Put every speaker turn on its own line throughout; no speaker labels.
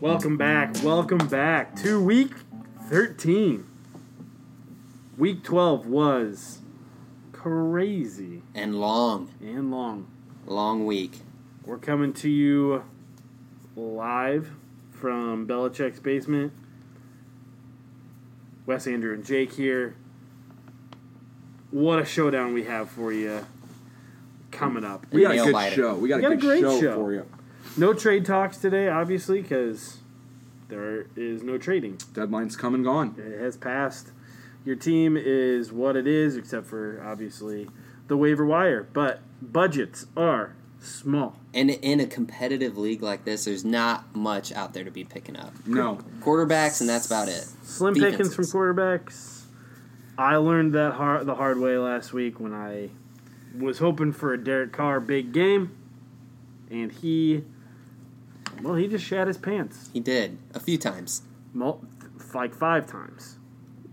Welcome back. Welcome back to week 13. Week 12 was crazy
and long,
and long.
long week.
We're coming to you live from Belichick's basement. Wes, Andrew, and Jake here. What a showdown we have for you coming up.
We
We got a
nail
good
biter.
show. We got, a good
great
show,
show.
for you.
No trade talks today, obviously, because there is no trading.
Deadline's come and gone.
It has passed. Your team is what it is, except for obviously the waiver wire. But budgets are small.
And in a competitive league like this, there's not much out there to be picking up.
No,
Quarterbacks, and that's about it.
Slim pickings from
Defenses.
quarterbacks. I learned that hard, the hard way last week when I was hoping for a Derek Carr big game, and he, well, he just shat his pants.
He did a few times.
mul- f- like five times.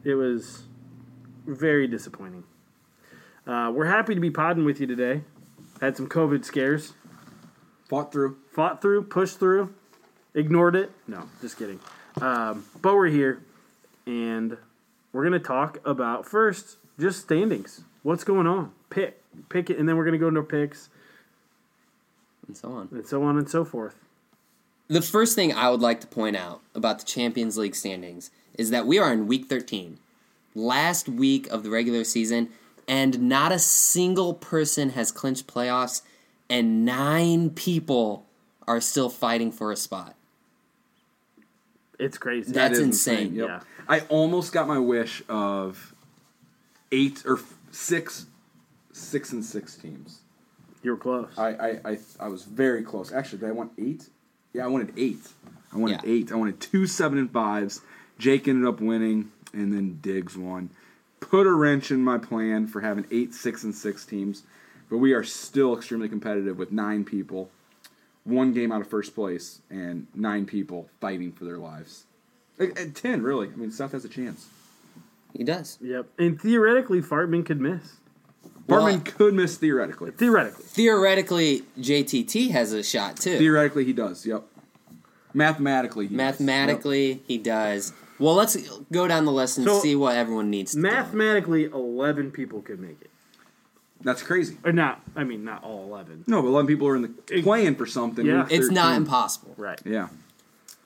It was very disappointing. Uh, we're happy to be podding with you today. Had some COVID scares,
fought through.
fought through, pushed through, ignored it. No, just kidding. Um, but we're here, and we're gonna talk about first just standings. What's going on? Pick, pick it, and then we're gonna go into picks
And so on.
and so on and so forth.
The first thing I would like to point out about the Champions League standings is that we are in week 13, last week of the regular season, and not a single person has clinched playoffs, and nine people are still fighting for a spot.
It's crazy.
That- That's
It is
insane,
Yep.
yeah.
I almost got my wish of eight or f- six, six and six teams.
you were close.
I I, I, I was very close. Actually, did I want eight? Yeah, I wanted eight. I wanted
Yeah.
eight. I wanted two seven and fives. Jake ended up winning, and then Diggs won. Put a wrench in my plan for having eight six and six teams, but we are still extremely competitive with nine people, one game out of first place, and nine people fighting for their lives. At, at ten, really. I mean, Seth has a chance.
He does.
Yep. And theoretically, Fartman could miss.
Well,
Bartman could miss theoretically.
Theoretically.
Theoretically, JTT has a shot too.
Theoretically, he does. Yep. Mathematically, he does. Yep.
Mathematically, he does. Well, let's go down the list and
So,
see what everyone needs to do.
Mathematically, eleven people could make it,
That's crazy.
or Uh, not. I mean, not all eleven.
No, but 11 people are in the
It-
playing for something.
Yeah.
Week
It's not
13.
impossible.
Right.
Yeah.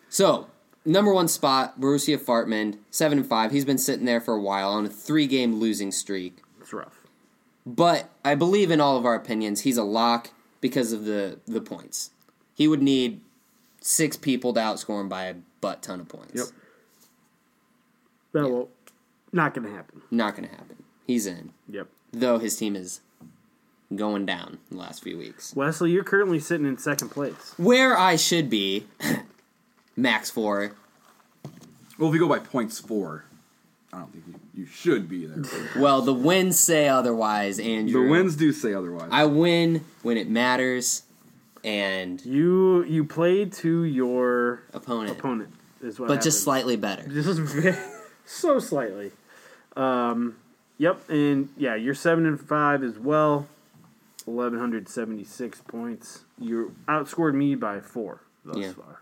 So, number one spot, Borussia Fartman, 7 and 5. He's been sitting there for a while on a three game losing streak.
It's rough.
But I believe in all of our opinions, he's a lock because of the, the points. He would need six people to outscore him by a butt ton of points.
Yep.
That will not going to happen.
Not going to happen. He's in,
Yep.
though his team is going down the last few weeks.
Wesley, you're currently sitting in second place.
Where I should be, max four,
Well, if you go by points four, I don't think you, you should be there.
Well, the wins say otherwise, Andrew.
the wins do say otherwise.
I win when it matters, and
You you play to your
opponent,
opponent is what.
but just
happened.
slightly better.
This is very, so slightly. Um, yep, and yeah, you're seven and five as well. Eleven hundred seventy six points. You outscored me by four thus
Yeah.
far.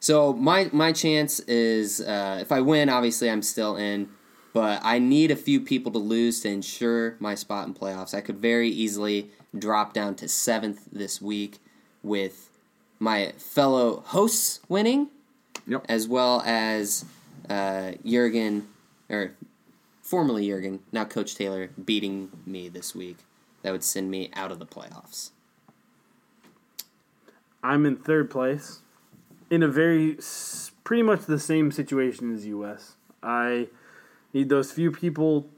So my my chance is uh, if I win, obviously I'm still in, but I need a few people to lose to ensure my spot in playoffs. I could very easily drop down to seventh this week with my fellow hosts winning,
Yep.
as well as uh, Jurgen or formerly Jurgen, now Coach Taylor, beating me this week. That would send me out of the playoffs.
I'm in third place in a very s- pretty much the same situation as US. I need those few people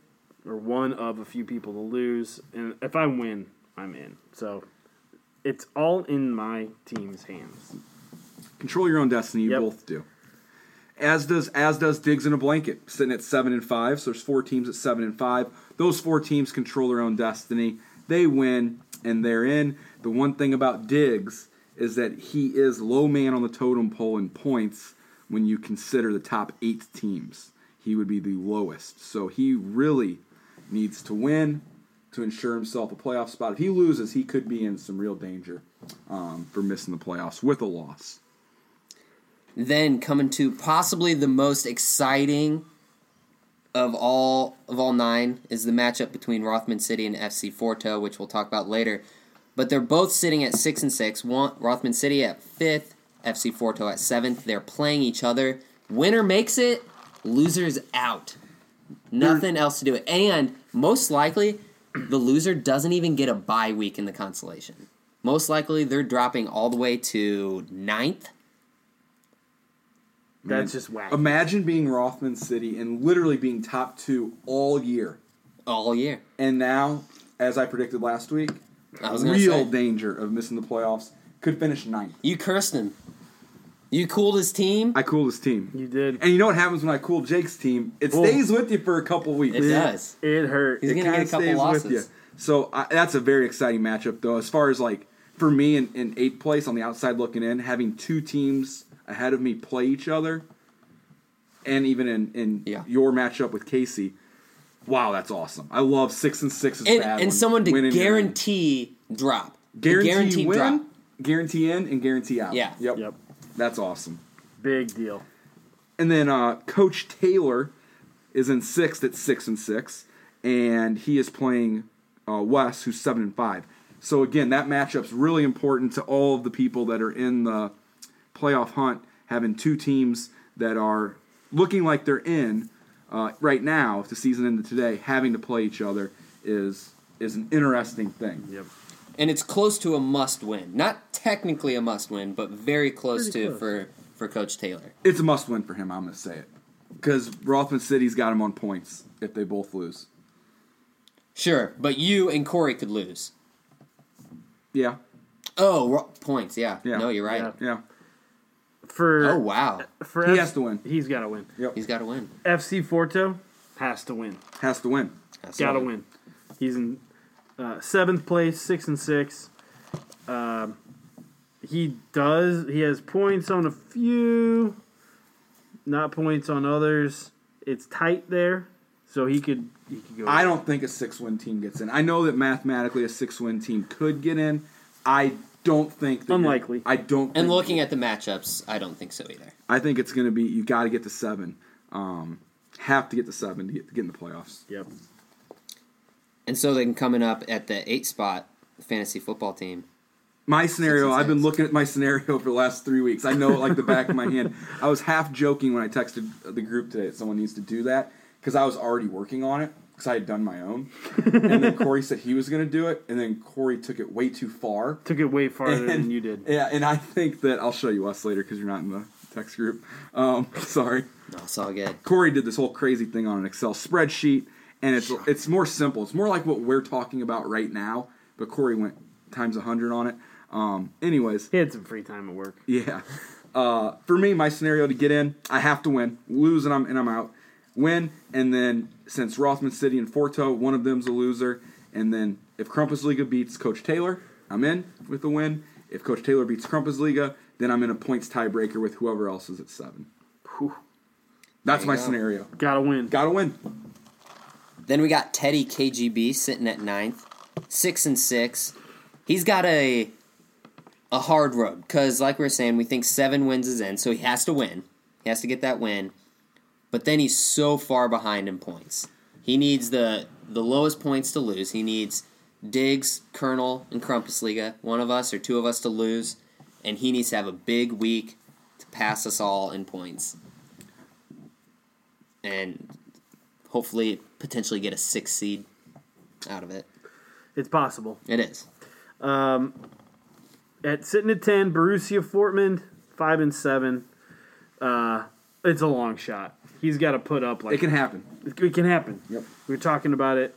or one of a few people to lose and if I win, I'm in. So it's all in my team's hands.
Control your own destiny. You
Yep.
both do. As does as does Diggs in a blanket, sitting at seven and five. So there's four teams at seven and five. Those four teams control their own destiny. They win and they're in. The one thing about Diggs is that he is low man on the totem pole in points when you consider the top eight teams. He would be the lowest. So he really needs to win to ensure himself a playoff spot. If he loses, he could be in some real danger um, for missing the playoffs with a loss.
Then coming to possibly the most exciting of all of all nine is the matchup between Rothman City and FC Forto, which we'll talk about later. But they're both sitting at six and six. One, Rothman City at fifth, FC Forto at seventh. They're playing each other. Winner makes it. Loser's out. Nothing else to do. And most likely, the loser doesn't even get a bye week in the consolation. Most likely, they're dropping all the way to ninth.
That's just whack.
Imagine being Rothman City and literally being top two all year.
all year.
And now, as I predicted last week,
I was gonna say.
real danger of missing the playoffs. Could finish ninth.
You cursed him. You cooled his team.
I cool this team.
You did.
And you know what happens when I cool Jake's team? It
Well-
stays with you for a couple weeks.
It does.
It hurt.
He's
It
gonna get a
kinda
couple
stays
losses.
So I, that's a very exciting matchup, though. As far as like for me in, in eighth place on the outside looking in, having two teams ahead of me play each other, and even in in
Yeah.
your matchup with Casey, wow, that's awesome. I love six and six is
and,
bad.
and
when
someone to
winning and-
guarantee drop. The
guarantee,
guaranteed
win,
drop.
guarantee in, and guarantee out.
Yeah.
Yep.
Yep.
That's awesome.
Big deal.
And then uh, Coach Taylor is in sixth at six and six, and he is playing uh, Wes, who's seven and five. So again, that matchup's really important to all of the people that are in the playoff hunt, having two teams that are looking like they're in uh, right now. If the season ended today, having to play each other is is an interesting thing.
Yep.
And it's close to a must win. Not technically a must win, but very close
Pretty
to
close.
for for Coach Taylor.
It's a must win for him. I'm gonna say it because Rothman City's got him on points if they both lose.
Sure, but you and Corey could lose.
Yeah,
Oh, ro- points. Yeah.
Yeah.
No, you're right.
yeah.
For
Oh wow,
for
He
F-
has to win.
He's got to win.
Yep.
he's got to win.
FC Forto has to win.
has to win.
That's
Got to
all.
win. He's in uh, seventh place, six and six. Um, he does. He has points on a few, not points on others. It's tight there, so he could he could go.
I don't think a six-win team gets in. I know that mathematically a six-win team could get in. I don't think that
Unlikely.
I don't.
And
think-
looking at the matchups, I don't think so either.
I think it's going to be you got to get to seven. Um, have to get to seven to get, to get in the playoffs.
Yep.
And so then coming up at the eight spot, the fantasy football team.
My scenario.
and
I've been
six.
looking at my scenario for the last three weeks. I know it like the back of my hand. I was half joking when I texted the group today that someone needs to do that because I was already working on it because I had done my own. and then Corey said he was going to do it, and then Corey took it way too far.
Took it way farther
And-
than you did.
Yeah, and I think that I'll show you us later because you're not in the text group. Um, sorry,
No, it's all good.
Corey did this whole crazy thing on an Excel spreadsheet, and it's it's more simple. It's more like what we're talking about right now, but Corey went times hundred on it. Um, anyways,
He had some free time at work.
yeah. Uh, for me, my scenario to get in, I have to win, lose, and I'm and I'm out. Win, and then since Rothman City and Forto, one of them's a loser, and then if Crumpus Liga beats Coach Taylor, I'm in with the win. If Coach Taylor beats Crumpus Liga, then I'm in a points tiebreaker with whoever else is at seven. That's
There you
my
go.
scenario.
Got to win.
Gotta win.
Then we got Teddy KGB sitting at ninth, six and six. He's got a a hard road because, like we were saying, we think seven wins is in, so he has to win. He has to get that win, but then he's so far behind in points. He needs the the lowest points to lose. He needs Diggs, Colonel, and Liga, one of us or two of us to lose, and he needs to have a big week to pass us all in points. And hopefully potentially get a six seed out of it.
It's possible.
It is.
at sitting at ten, Borussia Fortman five and seven. Uh, it's a long shot. He's got to put up like
It can happen.
it, can happen.
Yep.
We were talking about it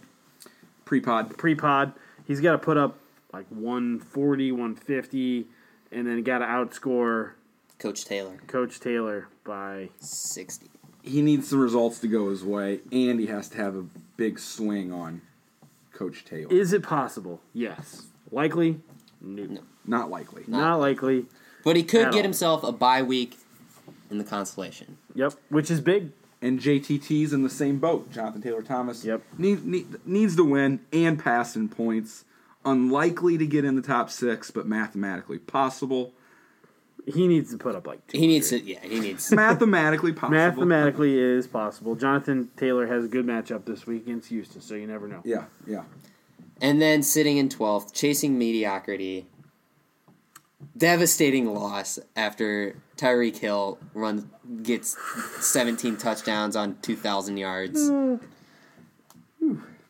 Pre pod.
pre-pod. He's got to put up like 140, 150, and then got to outscore
Coach Taylor,
Coach Taylor by.
60.
He needs some results to go his way, and he has to have a big swing on Coach Taylor.
Is it possible? Yes. Likely? No.
Not likely.
Not likely.
But he could
At
get
all.
himself a bye week in the consolation.
Yep. Which is big.
and JTT's in the same boat. Jonathan Taylor Thomas.
Yep.
Need, need, needs to win and pass in points. Unlikely to get in the top six, but mathematically possible.
He needs to put up like two.
He needs to. Yeah, he needs.
Mathematically possible.
Mathematically, it is possible. Jonathan Taylor has a good matchup this week against Houston, so you never know.
Yeah, yeah.
And then sitting in 12th, chasing mediocrity. Devastating loss after Tyreek Hill runs gets 17 touchdowns on 2,000 yards.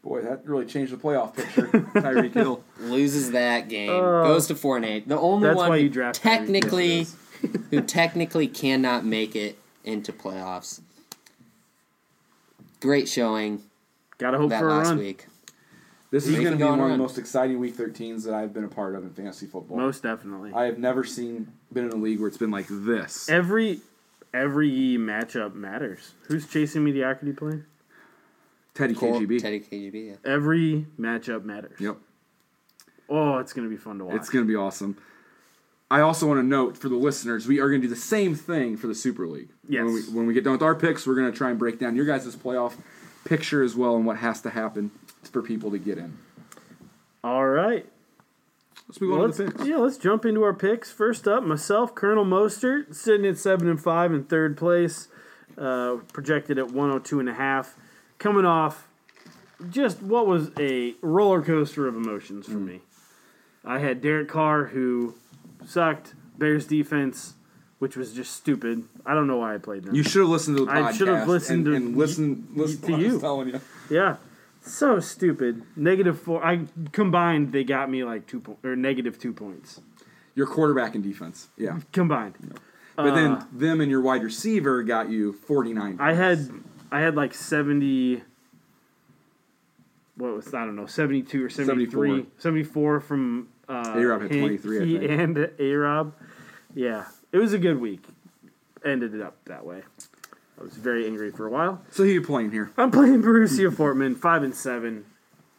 Boy, that really changed the playoff picture. Tyreek Hill.
loses that game, goes to four and eight. The only
That's
one
why
who
you draft Tyreek Hill,
technically
yes.
who technically cannot make it into playoffs. Great showing
Gotta hope
that
for a
last
run.
week.
This is
They can
going to be
go on
one
a run.
of the most exciting Week 13s that I've been a part of in fantasy football.
Most definitely.
I have never seen been in a league where it's been like this.
every every E matchup matters. Who's chasing mediocrity playing?
Teddy
Cole-
KGB.
Teddy KGB. Yeah.
Every matchup matters.
Yep.
Oh, it's gonna be fun to watch.
It's going to be awesome. I also want to note for the listeners, we are going to do the same thing for the Super League.
Yes.
When we, when we get done with our picks, we're going to try and break down your guys' playoff picture as well and what has to happen for people to get in.
All right.
Let's move on
Let's,
to the picks.
yeah, let's jump into our picks. First up, myself, Colonel Mostert, sitting at seven and five in third place, uh, projected at one hundred two and a half, coming off just what was a roller coaster of emotions
Mm.
for me. I had Derek Carr, who sucked, Bears defense, which was just stupid. I don't know why I played them.
You should have listened to the podcast.
I should have listened
and,
to-
and listened, listened
to
to what I was
you.
telling you.
Yeah. So stupid. Negative four. I combined they got me like two po- or negative two points
Your quarterback and defense. Yeah.
combined.
But then them and your wide receiver got you 49.
Uh, I had I had like seventy. What was I don't know seventy two or 73, 74. from uh,
A-Rob had
Hank-
23, I
he
think.
and A Rob. Yeah, it was a good week. Ended it up that way. I was very angry for a while.
So who you playing here?
I'm playing Borussia Fortman, five and seven,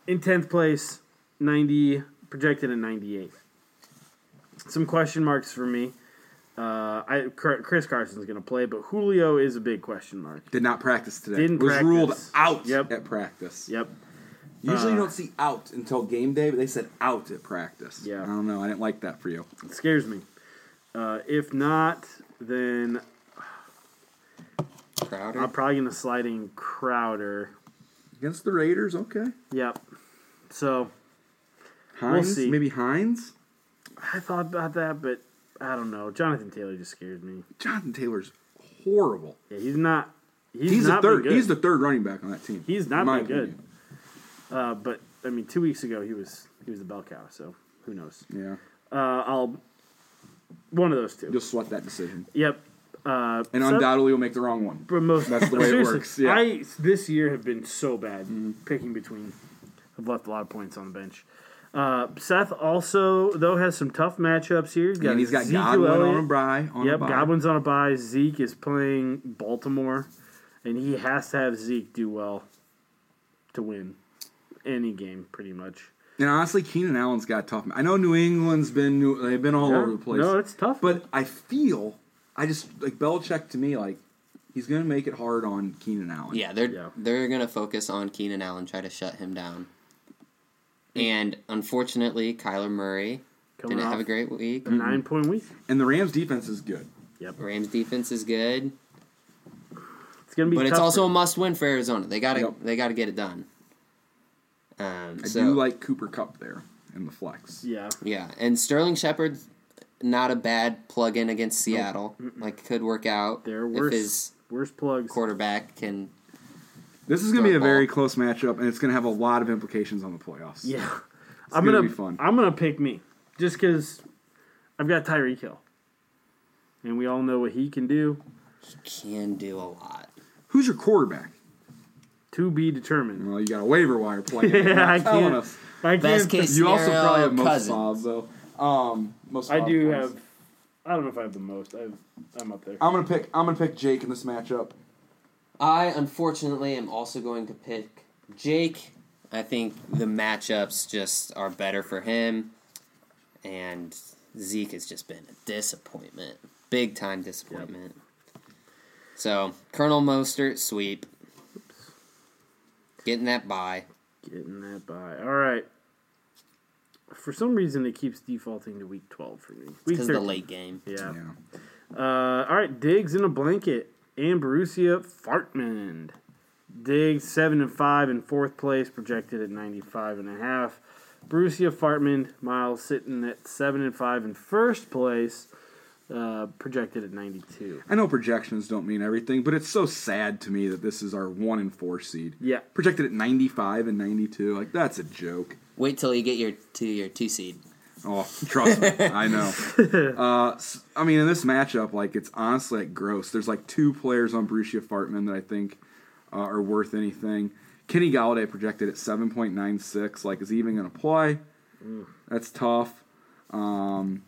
in tenth place, ninety projected at ninety eight. Some question marks for me. Uh, I Cr- Chris Carson's going to play, but Julio is a big question mark.
Did not practice today.
Didn't
was
practice.
ruled out
Yep.
at practice.
Yep.
Usually
Uh.
you don't see out until game day, but they said out at practice.
Yeah.
I don't know. I didn't like that for you.
It scares me. Uh, if not, then
Crowder.
I'm probably going to slide in Crowder.
Against the Raiders, okay.
Yep. So
Hines,
see.
maybe Hines.
I thought about that, but I don't know. Jonathan Taylor just scared me.
Jonathan Taylor's horrible.
Yeah, he's not. He's,
He's, the
not been
third.
good.
He's the third running back on that team.
He's not
in my
been good.
opinion.
Uh, but I mean, two weeks ago he was he was the bell cow. So who knows?
Yeah,
Uh, I'll one of those 2
you'll sweat that decision,
yep. Uh,
and
so-
undoubtedly you'll make the wrong one.
but most
That's the way it
seriously,
works, yeah. Mm-hmm.
I this year have been so bad picking between. I've left a lot of points on the bench. Uh, Seth also though has some tough matchups here. He's got,
and he's got
Ezekiel
Godwin
Elliott.
on a bye. On a
Yep,
bye.
Godwin's on a bye. Zeke is playing Baltimore, and he has to have Zeke do well to win any game, pretty much.
And honestly, Keenan Allen's got tough. I know New England's been new, they've been all
Yeah.
over the place.
No, it's tough.
But I feel I just like Belichick to me like he's gonna make it hard on Keenan Allen.
yeah, they're
Yeah.
they're gonna focus on Keenan Allen, try to shut him down. And unfortunately, Kyler Murray
Hmm. Coming
didn't
off Hmm.
have a great week.
nine point week.
And the Rams defense is good.
Yep,
Rams defense is good,
it's gonna be.
but it's
tough
also a
for-
must win for Arizona. They gotta
Yep.
they gotta get it done. Um,
I
so,
do like Cooper Cup there in the flex.
yeah.
Yeah, and Sterling Shepard's not a bad plug-in against Seattle. Like could work out
They're
if
worse.
his
Worse plugs.
quarterback can.
This is gonna be a
Football.
very close matchup and it's gonna have a lot of implications on the playoffs.
Yeah, I'm
gonna
gonna.
be fun.
I'm gonna pick me just because I've got Tyreek Hill, and we all know what he can do.
He can do a lot.
Who's your quarterback?
To be determined.
Well, you got a waiver wire plan. You're
yeah,
not
I
telling
can't.
us.
I
Mm. Best
can't.
case
You also
scenario,
probably have most
Cousins.
fobs though. Um, most
I
fob
do
plays.
have. I don't know if I have the most. I have, I'm up there.
I'm gonna pick I'm gonna pick Jake in this matchup.
I unfortunately am also going to pick Jake. I think the matchups just are better for him, and Zeke has just been a disappointment, big time disappointment. So Colonel Mostert sweep, getting that by.
Getting that by. All right. for some reason it keeps defaulting to week 12 for me. Week
because of the
13.
late game.
Yeah.
Yeah.
Uh, all right, Diggs in a blanket and Borussia Fartmund. Diggs seven and five in fourth place, projected at ninety five and a half. Borussia Fartmund Miles sitting at seven and five in first place, uh, projected at ninety two.
I know projections don't mean everything, but it's so sad to me that this is our one and four seed.
Yeah.
Projected at 95 and 92. Like, that's a joke.
Wait till you get your to your two seed.
Oh, trust me. I know. Uh, s- I mean, in this matchup, like, it's honestly like gross. There's like two players on Borussia Fartman that I think uh, are worth anything. Kenny Galladay projected at 7.96. Like, is he even going to play?
Mm.
That's tough. Um,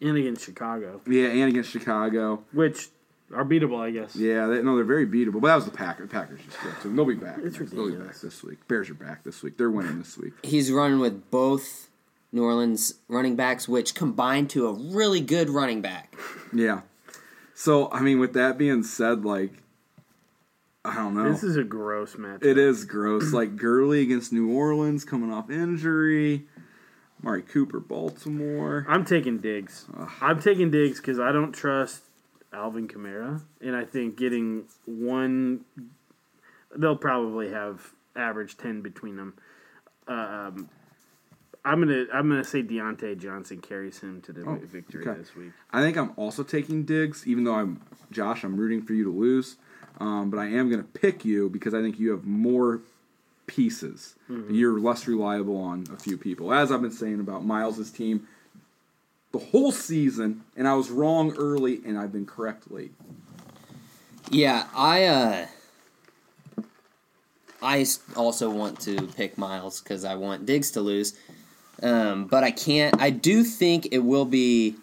And against Chicago,
yeah, and against Chicago.
which are beatable, I guess.
Yeah, they, no, they're very beatable. But that was the Packers. The Packers just got to them. They'll be back.
It's
next- They'll be back
ridiculous.
this week. Bears are back this week. They're winning this week.
He's running with both New Orleans running backs, which combined to a really good running back.
Yeah. So I mean, with that being said, like I don't know.
This is a gross match.
it is gross. like Gurley against New Orleans coming off injury. Mari Cooper, Baltimore.
I'm taking Diggs. I'm taking Diggs because I don't trust Alvin Kamara, and I think getting one, they'll probably have average ten between them. Um, I'm gonna I'm gonna say Deontay Johnson carries him to the
Oh,
victory
okay.
this week.
I think I'm also taking Diggs, even though I'm Josh. I'm rooting for you to lose, um, but I am going to pick you because I think you have more pieces. You're less reliable on a few people, as I've been saying about Miles's team the whole season, and I was wrong early, and I've been correct late.
Yeah, I uh I s- also want to pick Miles cuz I want Diggs to lose. Um but I can't I do think it will be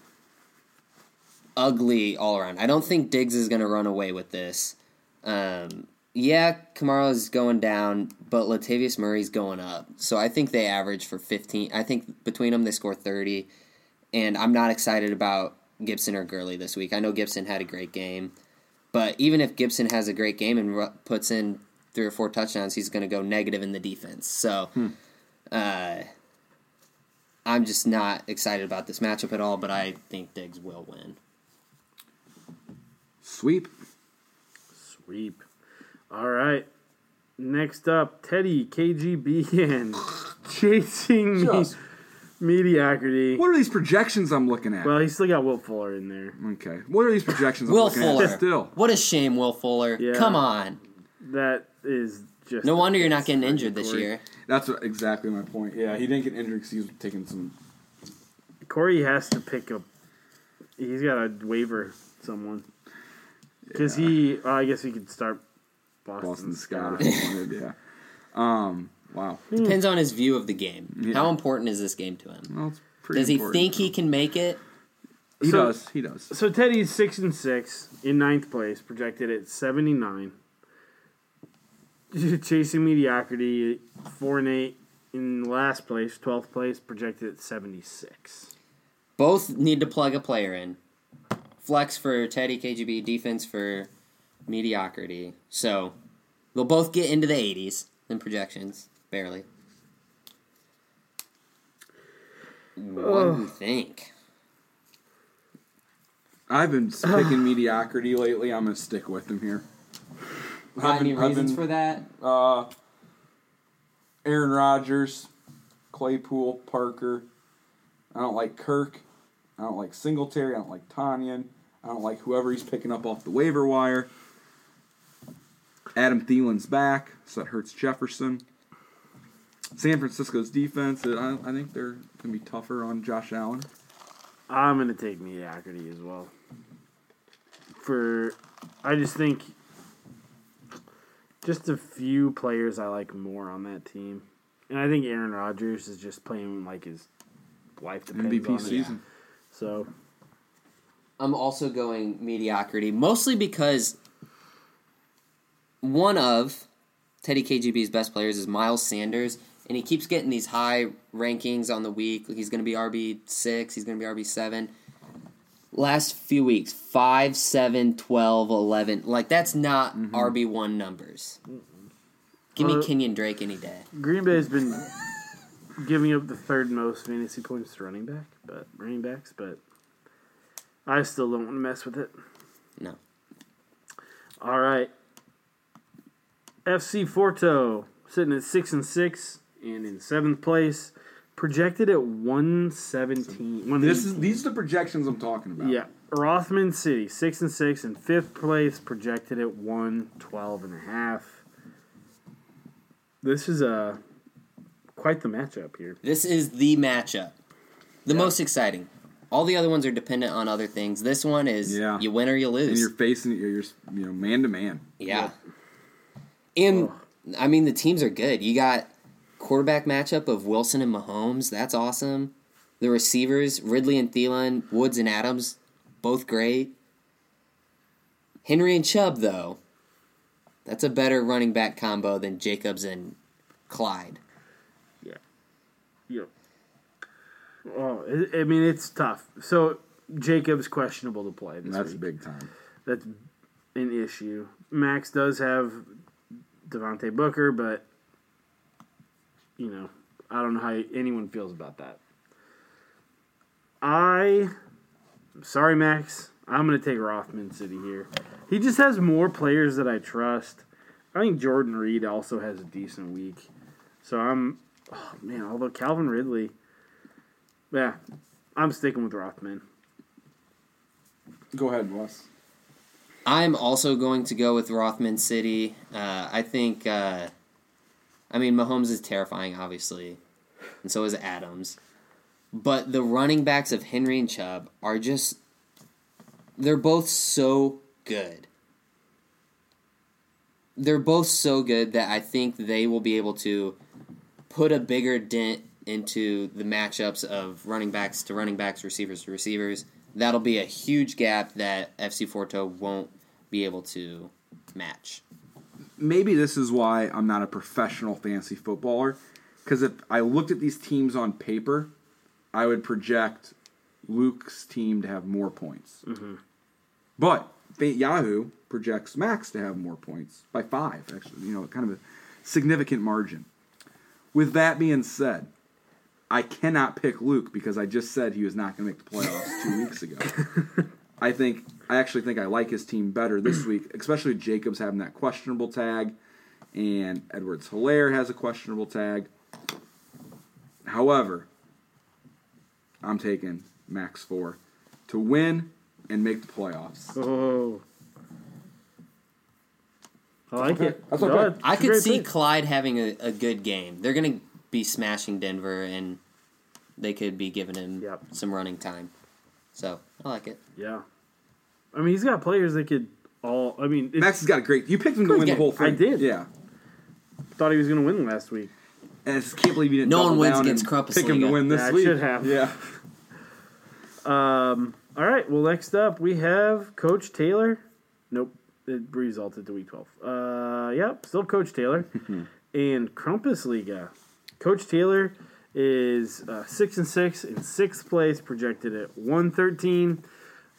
ugly all around. I don't think Diggs is going to run away with this. Um yeah, Kamara's going down, but Latavius Murray's going up. So I think they average for 15. I think between them they score 30 and I'm not excited about Gibson or Gurley this week. I know Gibson had a great game. But even if Gibson has a great game and ru- puts in three or four touchdowns, he's going to go negative in the defense. So
Hmm.
uh, I'm just not excited about this matchup at all, but I think Diggs will win.
Sweep.
Sweep. All right. Next up, Teddy KGB and chasing me-
Just-
mediocrity.
What are these projections I'm looking at?
Well, he's still got Will Fuller in there.
okay. What are these projections I'm
Will
looking
Fuller.
at still?
What a shame, Will Fuller.
Yeah.
Come on.
That is just
No wonder you're not getting injured this
Corey.
year.
That's what- exactly my point. Yeah, he didn't get injured because he was taking some
Corey has to pick up. He's got to waiver someone because he. Well, I guess he could start Boston,
Boston Scott.
Scott.
if he wanted, yeah. Um. Wow.
Depends on his view of the game.
Yeah.
How important is this game to him?
Well, it's pretty
Does he
important.
think he can make it?
He
So-
does. He does.
So Teddy's six and six in ninth place, projected at seventy nine. Chasing mediocrity, four and eight in last place, twelfth place, projected at seventy six.
Both need to plug a player in. Flex for Teddy KGB, defense for mediocrity. So they'll both get into the 80s in projections, barely. What do you think?
I've been picking mediocrity lately. I'm gonna stick with him here. I've been- I've been-
that?
Uh, Aaron Rodgers, Claypool, Parker. I don't like Kirk. I don't like Singletary. I don't like Tanyan. I don't like whoever he's picking up off the waiver wire. Adam Thielen's back, so that hurts Jefferson. San Francisco's defense, I, I think they're going to be tougher on Josh Allen.
I'm gonna take mediocrity as well. For I just think just a few players I like more on that team. And I think Aaron Rodgers is just playing like his life depends on
MVP
it.
season.
So
I'm also going mediocrity, mostly because one of Teddy KGB's best players is Miles Sanders, and he keeps getting these high rankings on the week. He's going to be RB6, he's going to be RB7. Last few weeks, 5, 7, 12, 11. Like, that's not RB1 numbers. Give me
Uh,
Kenyon Drake any day.
Green Bay's been giving up the third most fantasy points to running back, but running backs, but I still don't want to mess with it.
No.
All right. FC Forto sitting at six and six and in seventh place, projected at one seventeen.
This is these are the projections I'm talking about.
yeah. Rothman City six and six in fifth place, projected at one twelve and a half. This is uh, quite the matchup here.
This is the matchup. The most exciting. All the other ones are dependent on other things. This one is
Yeah.
you win or you
and
lose.
you're facing you're, you're you know man to man.
yeah. And
Oh.
I mean the teams are good. You got quarterback matchup of Wilson and Mahomes. That's awesome. The receivers, Ridley and Thielen, Woods and Adams, both great. Henry and Chubb though. That's a better running back combo than Jacobs and Clyde.
Yeah. Yep. Oh, I I mean it's tough. So Jacob's questionable to play this
That's
week.
big time.
That's an issue. Max does have Devontae Booker, but you know, I don't know how anyone feels about that. I I'm sorry, Max. I'm gonna take Rothman City here. He just has more players that I trust. I think Jordan Reed also has a decent week. So I'm oh man, although Calvin Ridley Yeah, I'm sticking with Rothman.
Go ahead, Wes.
I'm also going to go with Rothman City. Uh, I think, uh, I mean, Mahomes is terrifying, obviously, and so is Adams. But the running backs of Henry and Chubb are just, they're both so good. They're both so good that I think they will be able to put a bigger dent into the matchups of running backs to running backs, receivers to receivers. That'll be a huge gap that FC Forto won't be able to match.
maybe this is why I'm not a professional fantasy footballer. Because if I looked at these teams on paper, I would project Luke's team to have more points. But fa- Yahoo projects Max to have more points by five, actually, you know, kind of a significant margin. With that being said, I cannot pick Luke because I just said he was not going to make the playoffs two weeks ago. I think I actually think I like his team better this week, especially with Jacobs having that questionable tag, and Edwards Hilaire has a questionable tag. However, I'm taking Max four to win and make the playoffs.
Oh. I like
okay.
it.
That's okay.
it's
I
a
could
great
see
pick.
Clyde having a, a good game. They're going to be smashing Denver, and they could be giving him
Yep.
some running time. So I like it.
yeah. I mean, he's got players that could all. I mean, it,
Max has got a great. You picked him to
Good
win the
game.
whole thing.
I did.
Yeah,
thought he was going to win last week.
and I just can't believe you didn't.
No
double
one wins
down
against
and
Kruppus
Pick him to
Liga.
win this
Yeah, I
week.
should have.
Yeah,
Um, all right. Well, next up we have Coach Taylor. Nope, it resulted to week twelve. Uh, yep, still Coach Taylor and Crumpus Liga. Coach Taylor is uh, six and six in sixth place, projected at one thirteen.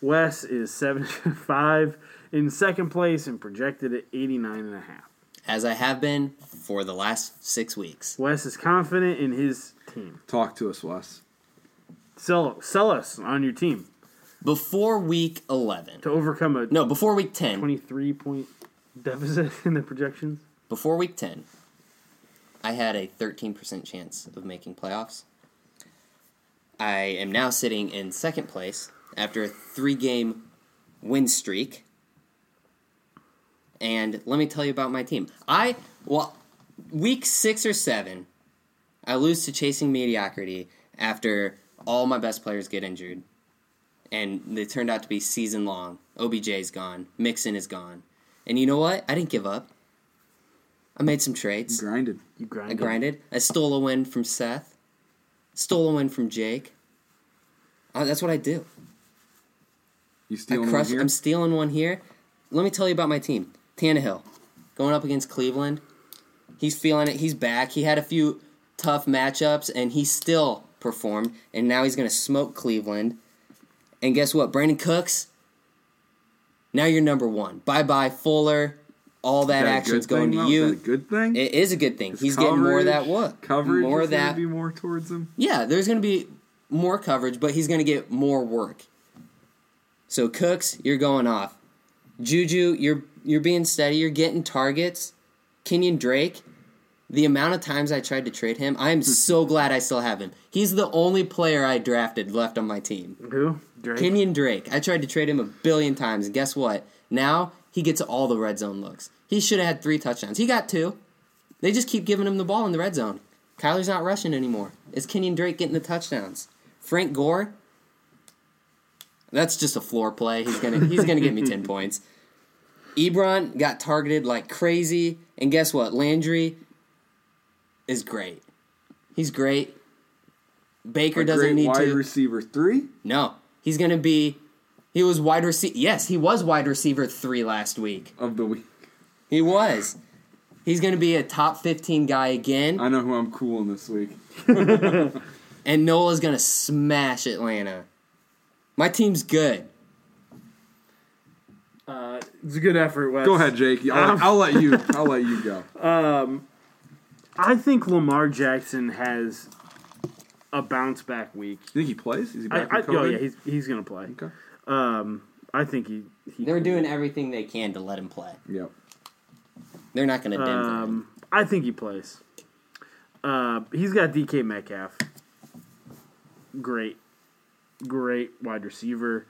Wes is seven and five in second place and projected at eighty nine and a half.
As I have been for the last six weeks.
Wes is confident in his team.
talk to us, Wes.
Sell sell us on your team
Before week 11.
to overcome a
No, before week 10.
twenty three point deficit in the projections.
before week 10, I had a 13% chance of making playoffs. I am now sitting in second place after a three game win streak. And let me tell you about my team. I, well, week six or seven, I lose to Chasing Mediocrity after all my best players get injured. And they turned out to be season long. OBJ's gone. Mixon is gone. And you know what? I didn't give up. I made some trades.
Grinded.
You grind.
I grinded. I stole a win from Seth. Stole a win from Jake. Uh, that's what I do.
You
I
stealing
crush.
one here?
I'm stealing one here. Let me tell you about my team. Tannehill, going up against Cleveland. He's feeling it. He's back. He had a few tough matchups, and he still performed. And now he's going to smoke Cleveland. And guess what? Brandon Cooks. Now you're number one. Bye bye Fuller. all that,
Is that a
action's
good
going
thing,
to
though?
you.
Is that a good thing?
It is a good thing.
Is
He's getting more of that
coverage-
work.
Coverage
more
is
of
gonna
that.
Be more towards him.
Yeah, there's going to be more coverage, but he's going to get more work. So Cooks, you're going off. Juju, you're you're being steady. You're getting targets. Kenyon Drake, the amount of times I tried to trade him, I am so glad I still have him. He's the only player I drafted left on my team.
Who? Drake.
Kenyon Drake. I tried to trade him a billion times, and guess what? Now he gets all the red zone looks. He should have had three touchdowns. He got two. They just keep giving him the ball in the red zone. Kyler's not rushing anymore. It's Kenyon Drake getting the touchdowns. Frank Gore. That's just a floor play. He's gonna he's gonna give me ten points. Ebron got targeted like crazy, and guess what? Landry is great. He's great. Baker
A
doesn't
great
need
wide
to.
receiver three.
No, he's going to be. He was wide receiver. Yes, he was wide receiver three last week.
of the week.
He was. He's going to be a top fifteen guy again,
I know who I'm cooling this week.
and Nola's going to smash Atlanta. My team's good.
Uh, it's a good effort, Wes.
Go ahead, Jake. I'll,
Um,
I'll let you. I'll let you go.
I think Lamar Jackson has a bounce back week.
You think he plays? Is he
I,
back
I,
from
oh
COVID?
yeah, he's he's gonna play.
okay.
Um, I think he. he
They're doing everything they can to let him play.
Yep.
They're not going to Denver. him.
Um, I think he plays. Uh, he's got DK Metcalf. Great, great wide receiver.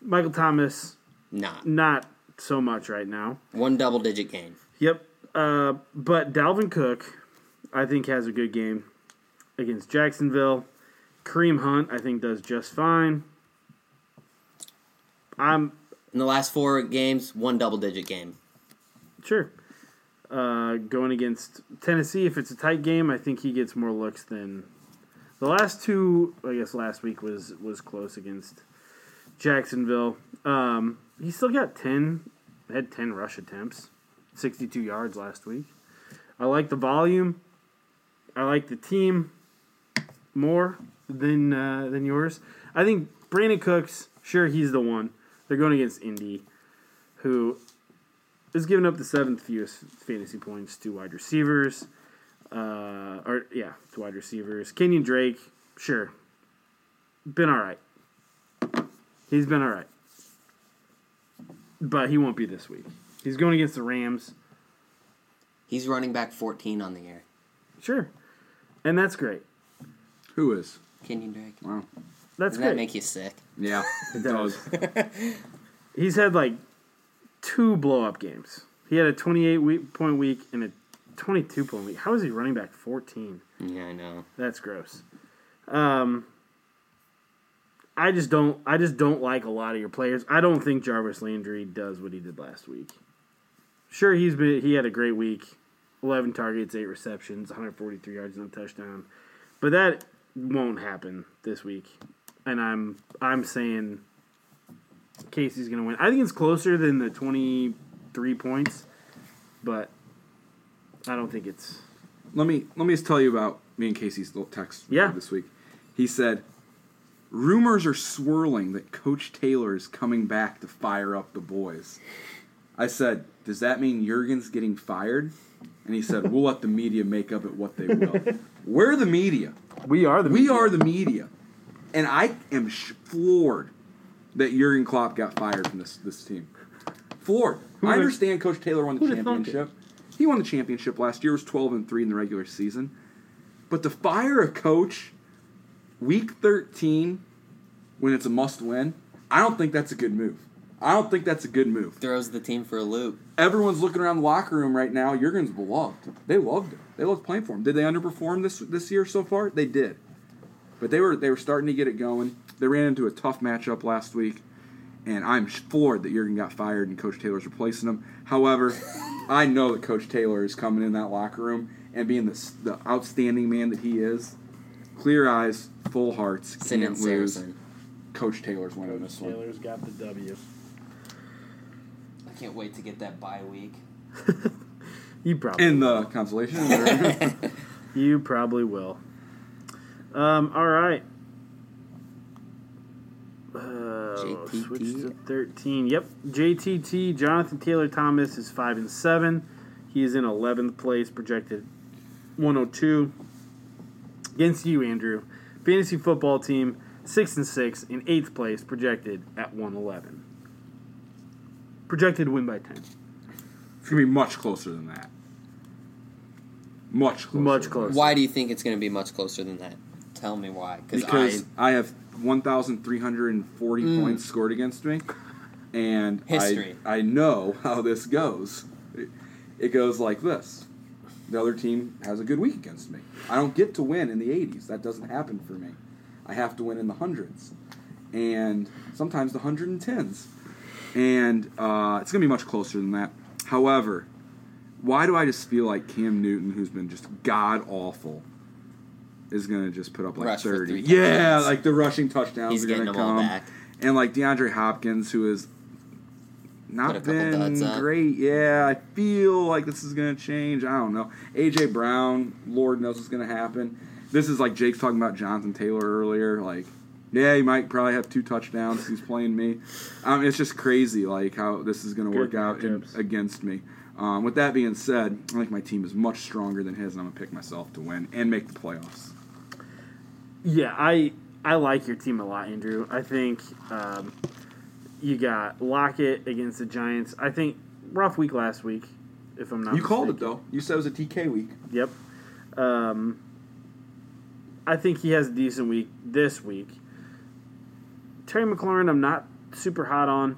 Michael Thomas,
Not
not so much right now.
one double digit game.
Yep. Uh, but Dalvin Cook, I think, has a good game against Jacksonville. Kareem Hunt, I think, does just fine. I'm
In the last four games, one double digit game.
sure. Uh, going against Tennessee, if it's a tight game, I think he gets more looks than the last two. I guess last week was was close against Jacksonville. Um, he still got ten, had ten rush attempts, sixty two yards last week. I like the volume. I like the team more than uh, than yours. I think Brandon Cooks, sure he's the one. They're going against Indy, who is giving up the seventh fewest fantasy points to wide receivers. Uh, or yeah, to wide receivers. Kenyon Drake, sure, been all right. He's been all right, but he won't be this week. He's going against the Rams.
He's running back fourteen on the year.
Sure. And that's great.
Who is?
Kenyon Drake.
Wow.
That's
Doesn't that
great.
make you sick?
Yeah. It
does.
does.
He's had like two blow up games. He had a 28 week, point week and a 22 point week. How is he running back 14?
Yeah, I know.
That's gross. Um, I just don't. I just don't like a lot of your players. I don't think Jarvis Landry does what he did last week. Sure, he's been. He had a great week. Eleven targets, eight receptions, 143 yards, and a touchdown. But that won't happen this week. And I'm I'm saying Casey's gonna win. I think it's closer than the 23 points, but I don't think it's.
let me let me just tell you about me and Casey's little text
Yeah.
this week. He said, "Rumors are swirling that Coach Taylor is coming back to fire up the boys." I said, "Does that mean Jurgen's getting fired?" And he said, "We'll let the media make of it what they will." We're the media.
We are the
We are the media, and I am sh- floored that Jurgen Klopp got fired from this this team. Floored. I
would've-
understand Coach Taylor won the
who'd've thunk it?
championship. He won the championship last year. Was twelve and three in the regular season, but to fire a coach week thirteen when it's a must win, I don't think that's a good move. I don't think that's a good move.
Throws the team for a loop.
Everyone's looking around the locker room right now. Jurgen's beloved. They loved him. They loved playing for him. Did they underperform this this year so far? They did, but they were they were starting to get it going. They ran into a tough matchup last week, and I'm floored that Jurgen got fired and Coach Taylor's replacing him. However, I know that Coach Taylor is coming in that locker room and being the s- the outstanding man that he is. Clear eyes, full hearts,
Sin and
can't lose.
Saracen.
Coach Taylor's winning this one.
Taylor's got the W.
I can't wait to get that bye week.
You probably
In the consolation.
you probably will. Um, all right. Uh, So
JTT.
switch to thirteen. Yep, JTT Jonathan Taylor Thomas is five and seven. He is in eleventh place, projected one hundred two. Against you, Andrew, fantasy football team six and six in eighth place, projected at one eleven. Projected win by ten.
It's gonna be much closer than that. Much closer.
Much
than
closer.
Why do you think it's going to be much closer than that? Tell me why.
that. Because I, have 1,340
Hmm.
points scored against me, and I-
History.
I, know how this goes. It- It goes like this: the other team has a good week against me. I don't get to win in the 80s. That doesn't happen for me. I have to win in the hundreds, and sometimes the 110s. And uh, it's gonna be much closer than that. However, why do I just feel like Cam Newton, who's been just god awful, is gonna just put up like
Rush for
thirty?
three
Yeah,
touchdowns.
like the rushing touchdowns
He's
are
getting
gonna
them all
come,
back.
and like DeAndre Hopkins, who has
Put a
not
couple
been
duds up.
great. Yeah, I feel like this is gonna change. I don't know. AJ Brown, Lord knows what's gonna happen. This is like Jake's talking about Jonathan Taylor earlier. Like, yeah, he might probably have two touchdowns. He's playing me. Um, it's just crazy, like how this is gonna
Good
work out in,
matchups.
against me. Um, with that being said, I think my team is much stronger than his, and I'm gonna pick myself to win and make the playoffs.
Yeah, I I like your team a lot, Andrew. I think um, you got Lockett against the Giants. I think rough week last week, if I'm not.
You called it
mistaken.
though. You said it was a TK week.
Yep. Um, I think he has a decent week this week. Terry McLaurin, I'm not super hot on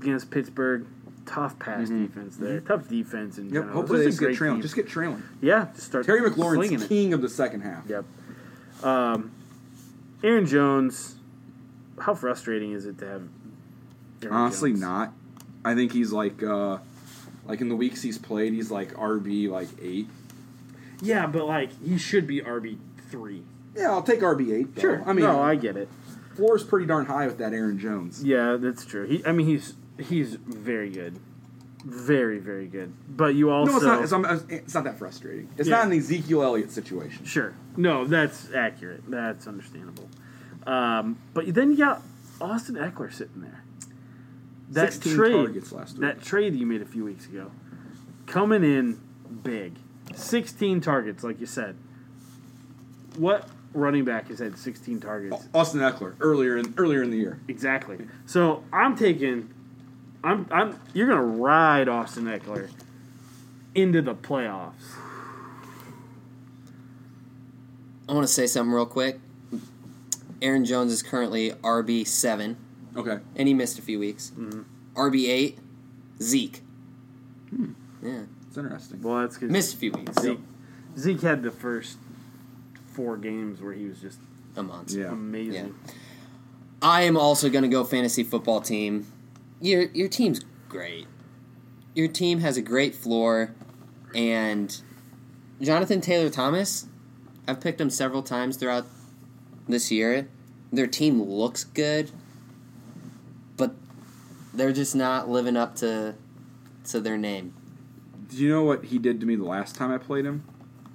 against Pittsburgh. Tough pass defense there. Tough defense in
Mm-hmm. Yep.
general.
Hopefully,
This
they
is
just
a great
get trailing.
team.
Just get trailing.
yeah, just start
Terry McLaurin's
slinging it.
king of the second half.
Yep. Um, Aaron Jones, how frustrating is it to have? Aaron
Honestly,
Jones?
not. I think he's like, uh, like in the weeks he's played, he's like RB like eight.
Yeah, but like he should be RB three.
Yeah, I'll take RB eight.
Sure.
I mean,
no, I get it.
floor's pretty darn high with that Aaron Jones.
Yeah, that's true. He, I mean, he's he's very good, very very good. But you also
no, it's not. It's, not- it's not that frustrating. It's
Yeah.
not an Ezekiel Elliott situation.
sure. No, that's accurate. That's understandable. Um, but then you got Austin Eckler sitting there. That
16
trade
targets last week.
that trade you made a few weeks ago, coming in big, sixteen targets, like you said. What running back has had sixteen targets
Oh, Austin Eckler earlier in earlier in the year.
Exactly. So I'm taking, I'm I'm you're gonna ride Austin Eckler into the playoffs.
I want to say something real quick. Aaron Jones is currently RB seven,
Okay.
and he missed a few weeks.
Mm-hmm.
RB eight, Zeke.
Hmm.
Yeah,
It's interesting.
Well, that's good.
missed a few weeks.
Zeke. Zeke had the first four games where he was just
A monster.
yeah.
amazing.
I am also going to go fantasy football team. Your your team's great. Your team has a great floor, and Jonathan Taylor Thomas. I've picked him several times throughout this year. Their team looks good, but they're just not living up to to their name.
Do you know what he did to me the last time I played him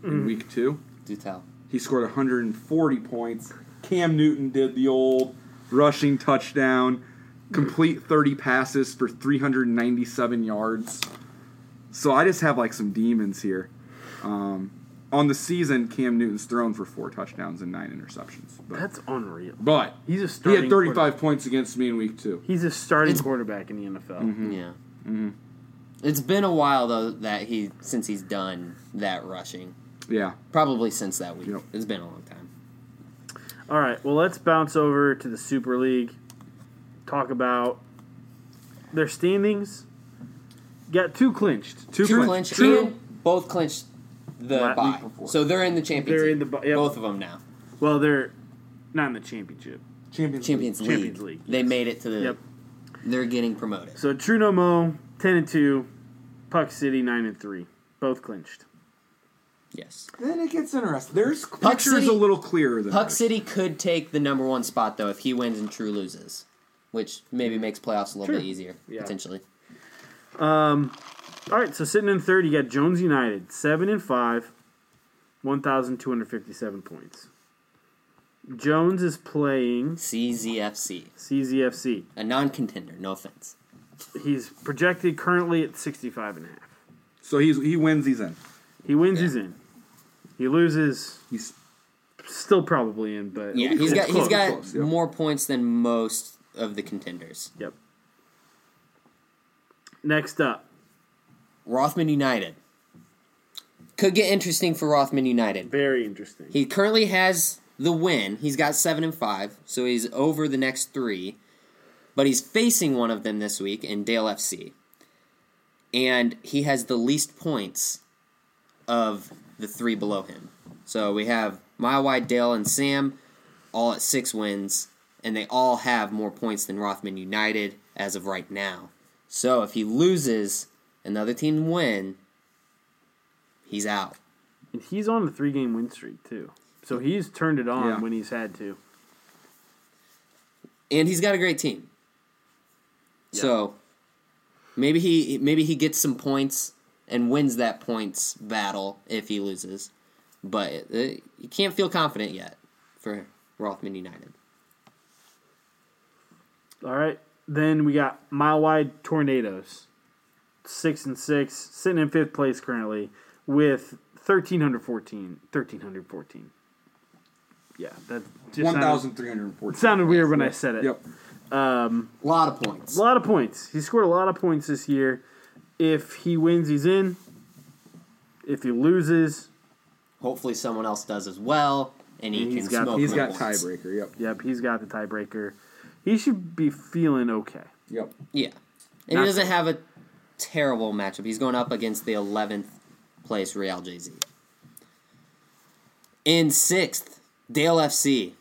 Mm.
in week two?
Do tell.
He scored 140 points. Cam Newton did the old rushing touchdown, complete 30 passes for 397 yards. So I just have like some demons here. Um, on the season, Cam Newton's thrown for four touchdowns and nine interceptions. But,
That's unreal.
but
He's a
he
starting.
had
quarter-
35 points against me in week two.
He's a starting
It's-
quarterback in the NFL.
Yeah. It's been a while though that he since he's done that rushing.
Yeah.
Probably since that week.
Yep.
It's been a long time.
All right. Well, let's bounce over to the Super League. Talk about their standings. Got two clinched.
Two,
two
clinch-
clinched and both clinched the
Last
bye.
week before.
So they're in the Champions
They're
League.
in the bu- yep.
Both of them now.
Well, they're not in the championship.
Champions,
Champions League.
Champions League,
They made it to the.
Yep.
They're getting promoted.
So Truno Mo, ten and two, Puck City nine and three, both clinched.
Yes.
Then it gets interesting. There's
Puck
pictures
City-
a little clearer than
Puck
ours.
City could take the number one spot though if he wins and True loses, which maybe makes playoffs a little
Sure.
bit easier
Yeah.
potentially.
All right, so sitting in third, you got Jones United seven and five, one thousand two hundred fifty-seven points. Jones is playing
CZFC,
CZFC.
a non-contender. No offense.
He's projected currently at 65 and a half.
So he's he wins. He's in.
He wins,
Yeah.
he's in. He loses,
He's
still probably in, but
Yeah, he's
it's
got he's
close.
got
close, yeah.
more points than most of the contenders.
Yep. Next up,
Rothman United could get interesting for Rothman United.
very interesting.
He currently has the win. He's got seven and five, so he's over the next three. But he's facing one of them this week in Dale FC, and he has the least points of the three below him. So we have Mile Wide, Dale, and Sam, all at six wins, and they all have more points than Rothman United as of right now. So if he loses, another team win, he's out.
And he's on a three game win streak, too. So he's turned it on
Yeah.
when he's had to.
and he's got a great team. So maybe he maybe he gets some points and wins that points battle if he loses, but uh, you can't feel confident yet for Rothman United.
All right. Then we got Mile Wide Tornadoes, six and six, sitting in fifth place currently with 1,314. 1,314. Yeah, that just
one
sounded,
thousand three hundred fourteen.
sounded weird when I said it.
Yep.
A lot of points.
A lot of points. He scored a lot of points this year. If he wins, he's in. If he loses,
Hopefully, someone else does as well, and he
And he's
can
got-
smoke.
He's
more
got
points.
tiebreaker. Yep.
yep, he's got the tiebreaker. He should be feeling okay.
Yep.
Yeah, and
Not
he doesn't have a terrible matchup. He's going up against the eleventh place Real Jay Z. In sixth, Dale FC.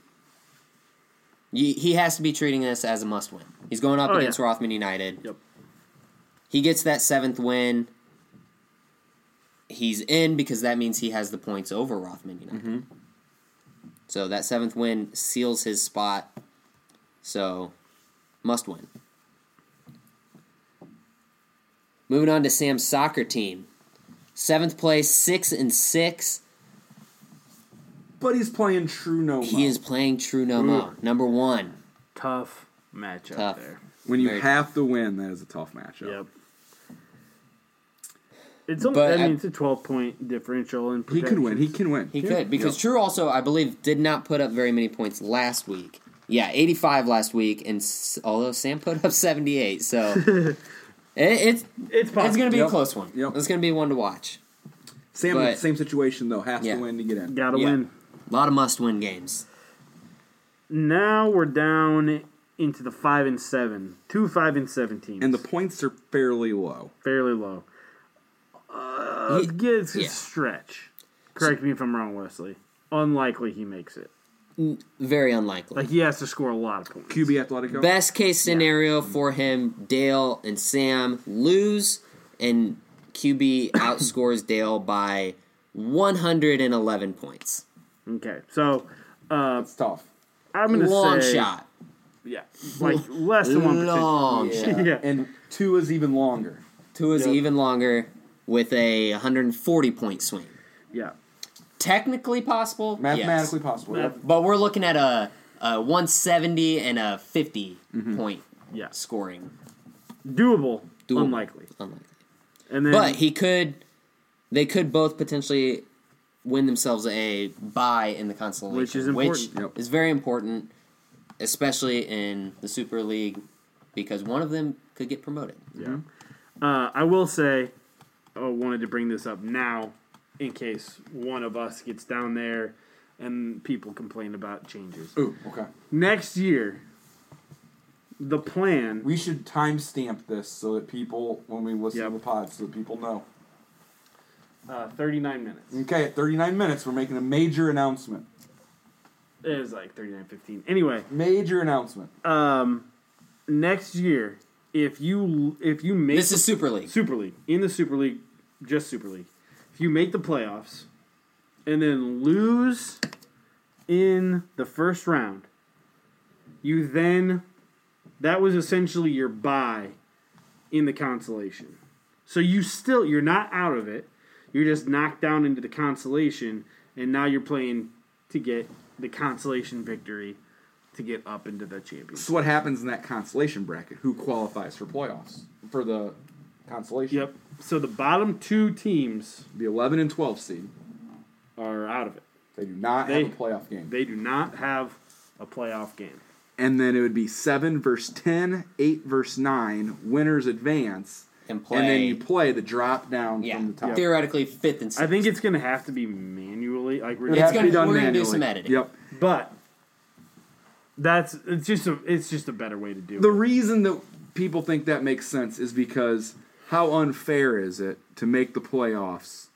Ye- He has to be treating this as a must win. He's going up
Oh,
against
yeah.
Rothman United.
Yep.
He gets that seventh win. He's in because that means he has the points over Rothman United.
Mm-hmm.
So that seventh win seals his spot. So, must win. Moving on to Sam's soccer team. Seventh place, six and six.
But he's playing true no.
He is playing True No Mo, number one.
Tough matchup
Tough.
there.
when you
Very-
have to win. That is a tough matchup.
Yep. It's only,
But
I mean,
I-
it's a 12 point differential. And
He could win. He can win.
He could because True also, I believe, did not put up very many points last week. Yeah, eighty-five last week, and s- although Sam put up seventy-eight, so it, it's
It's possible.
it's gonna be
Yep.
a close one.
Yep.
It's gonna be one to watch.
Sam,
but-
same situation though. Has
Yeah.
to win to get in.
Gotta
Yeah.
win.
A lot of must-win games.
Now we're down into the 5 and 7. Two 5 and 7 teams.
And the points are fairly low.
fairly low. Uh,
He-
yeah, it's a
yeah.
stretch. Correct me if I'm wrong, Wesley. Unlikely he makes it.
Very unlikely.
Like he has to score a lot of points.
QB Atletico.
Best case scenario for him, Dale and Sam lose, and QB outscores Dale by 111 points.
Okay, so uh,
That's tough.
I'm gonna
Long
say
shot.
Yeah, like less than one percent.
Long shot.
Yeah.
And two is even longer.
Two is
Yep.
even longer with a 140 point swing.
Yeah,
Technically possible? yes.
Mathematically possible.
Math-
But we're looking at a, a 170 and a 50
Mm-hmm.
point
yeah,
scoring.
doable,
Doable.
unlikely.
Unlikely.
And then
But he could, they could both potentially win themselves a bye in the consolation,
Which is important.
which
Yep.
is very important, especially in the Super League, because one of them could get promoted.
uh, I will say, I wanted to bring this up now in case one of us gets down there and people complain about changes.
Ooh, okay.
Next year, the plan
We should timestamp this so that people, when we listen
Yep.
to the pod, so that people know.
uh, 39 minutes.
Okay, at 39 minutes, we're making a major announcement.
It was like 39.15. Anyway,
Major announcement.
um, next year, if you if you make
This is Super League.
Super League in the Super League, just Super League. If you make the playoffs and then lose in the first round, you then that was essentially your bye in the consolation. So you still you're not out of it. You're just knocked down into the consolation, and now you're playing to get the consolation victory to get up into the championship.
So what happens in that consolation bracket? Who qualifies for playoffs for the consolation?
Yep. So the bottom two teams
The 11 and 12 seed.
are out of it.
They do not
They-
have a playoff game.
They do not have a playoff game.
and then it would be 7 versus 10, 8 versus 9, winners advance.
And
And then
play-
you play the drop down
Yeah,
from the top.
theoretically fifth and
I
sixth.
think it's going to have to be manually. Like we're
It
It's
has to
gonna-
be done
we're gonna do
manually.
some editing.
Yep.
but that's it's just a it's just a better way to do
The
it.
reason that people think that makes sense is because how unfair is it to make the playoffs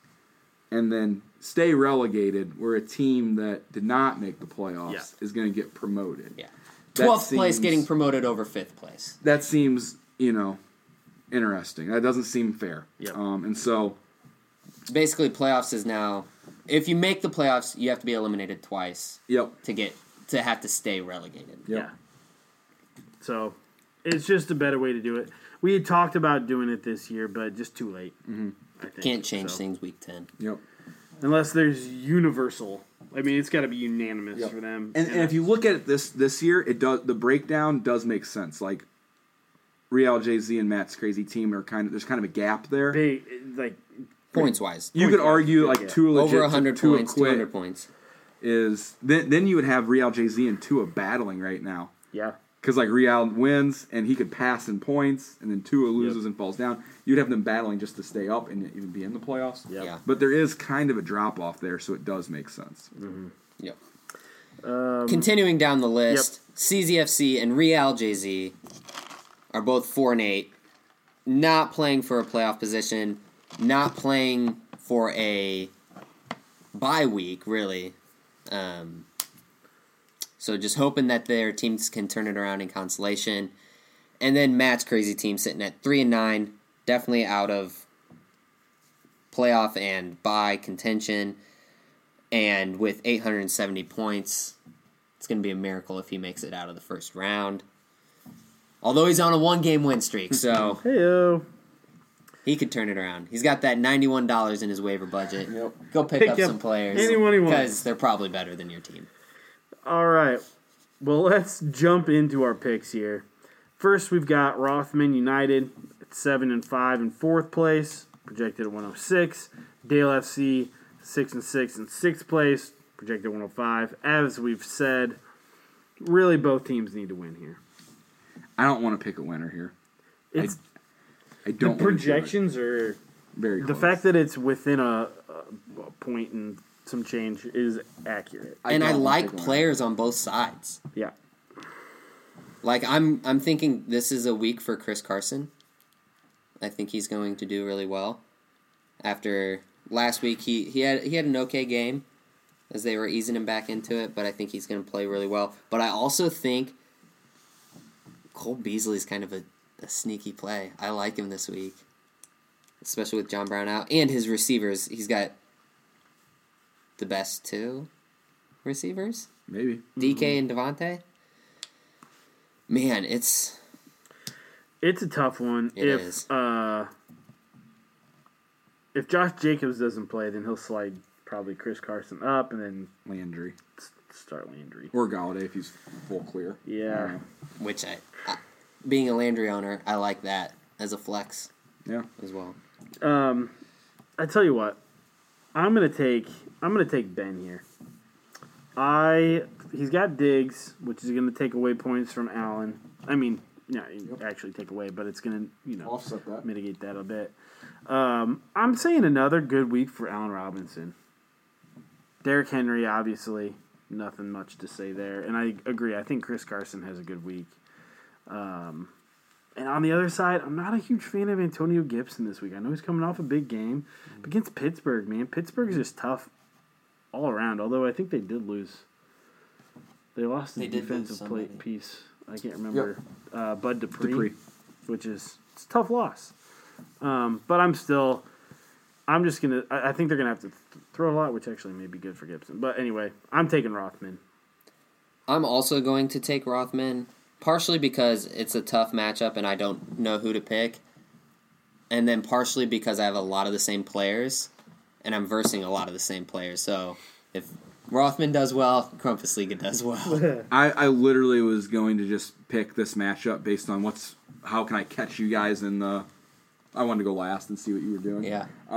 and then stay relegated where a team that did not make the playoffs
Yeah.
is going to get promoted?
yeah,
That
twelfth place
seems-
getting promoted over fifth place.
that seems you know interesting. That doesn't seem fair.
Yep.
Um, and so
Basically, playoffs is now. If you make the playoffs, you have to be eliminated twice
yep.
to get to have to stay relegated.
yep.
Yeah. So it's just a better way to do it. We had talked about doing it this year, but just too late. Mm-hmm. I think.
Can't change
So-
things week ten.
Yep.
unless there's universal. I mean, it's got to be unanimous
Yep.
for them.
And, and if you look at it this this year, it does the breakdown does make sense. Like Real Jay Z and Matt's crazy team are kind of there's kind of a gap there.
they like
Points wise,
you could
yeah,
argue
yeah,
like
yeah.
two legit,
over hundred
two
points, two
quit
hundred points.
is then then you would have Real Jay Z and Tua battling right now.
yeah,
Because like Real wins and he could pass in points, and then Tua loses and falls down. You'd have them battling just to stay up and even be in the playoffs.
yeah.
Yeah,
But there is kind of a drop off there, so it does make sense.
Yep. Continuing down the list, CZFC and Real Jay Z are both four and eight, not playing for a playoff position, not playing for a bye week, really. Um, so just hoping that their teams can turn it around in consolation. And then Matt's crazy team sitting at three and nine, definitely out of playoff and bye contention and with 870 points, it's going to be a miracle if he makes it out of the first round. Although he's on a one game win streak, so
Heyo,
he could turn it around. He's got that $91 in his waiver budget.
Yep.
Go pick,
Pick
up,
up
some players.
anyone he wants.
Because they're probably better than your team.
all right. Well, let's jump into our picks here. First, we've got Rothman United at seven and five in fourth place, projected at 106. Dale FC six and six in sixth place, projected 105. As we've said, really both teams need to win here.
I don't want to pick a winner here.
It's
I don't. wanna do it.
projections are
very
The
close.
fact that it's within a, a- a point and some change is accurate.
and I
don't wanna
like
pick a winner.
players on both sides.
Yeah.
Like I'm I'm thinking this is a week for Chris Carson. I think he's going to do really well. After last week he, he had he had an okay game as they were easing him back into it, but I think he's gonna play really well. But I also think Cole Beasley's kind of a, a sneaky play. I like him this week. Especially with John Brown out. And his receivers, he's got the best two receivers.
maybe
DK and Devontae. Man, it's
It's a tough one.
It
if
is.
uh if Josh Jacobs doesn't play, then he'll slide probably Chris Carson up and then
Landry
s- start Landry.
or Galladay if he's full clear. I
Yeah.
don't
which I, I being a Landry owner, I like that as a flex
know.
as well.
Um I tell you what. I'm going to take I'm going to take Ben here. I he's got Diggs, which is going to take away points from Allen. I mean, not actually take away, but it's going to, you know,
Yeah, offset that.
mitigate that a bit. Um, I'm saying another good week for Allen Robinson. Derrick Henry, obviously, nothing much to say there. And I agree. I think Chris Carson has a good week. Um, and on the other side, I'm not a huge fan of Antonio Gibson this week. I know he's coming off a big game
Mm-hmm.
but against Pittsburgh, man. Pittsburgh is just tough all around. Although I think they did lose. They lost the
They did lose
defensive
somebody.
plate piece. I can't remember. Uh, Bud
Dupree.
which is it's a tough loss. Um, but I'm still, I'm just gonna. I, I think they're gonna have to th- throw a lot, which actually may be good for Gibson. But anyway, I'm taking Rothman.
I'm also going to take Rothman, partially because it's a tough matchup and I don't know who to pick, and then partially because I have a lot of the same players, and I'm versing a lot of the same players. So if Rothman does well. Crumpus League does well.
I, I literally was going to just pick this matchup based on what's how can I catch you guys in the. I wanted to go last and see what you were doing.
yeah.
So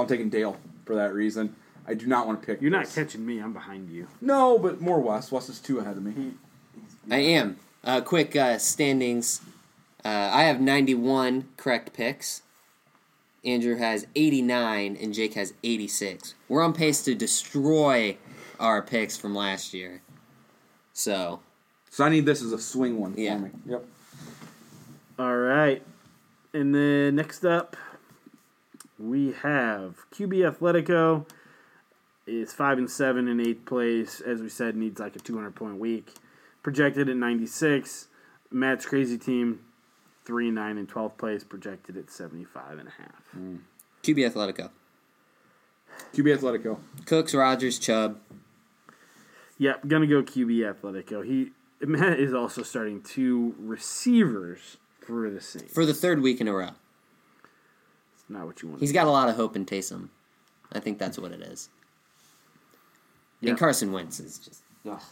I'm taking Dale for that reason. I do not want to pick.
You're not
this.
catching me. I'm behind you.
No, but more West. West is two ahead of
Hmm.
me.
I am. Uh, quick uh, standings. Uh, I have 91 correct picks. Andrew has 89, and Jake has 86. We're on pace to destroy our picks from last year. So,
So I need this as a swing one
Yeah.
for me. Yep.
All right. And then next up, we have QB Atletico. Is five and seven in eighth place. As we said, needs like a two hundred point week. Projected at ninety six. Matt's crazy team, three and nine in twelfth place. Projected at seventy five and a half.
QB Athletico.
QB Atletico.
Cooks, Rogers, Chubb.
Yep, gonna go QB Atletico. He Matt is also starting two receivers for the Saints.
For the third week in a row.
It's not what you want.
He's got a lot of hope in Taysom. I think that's what it is.
Yeah.
And Carson Wentz is just, ugh.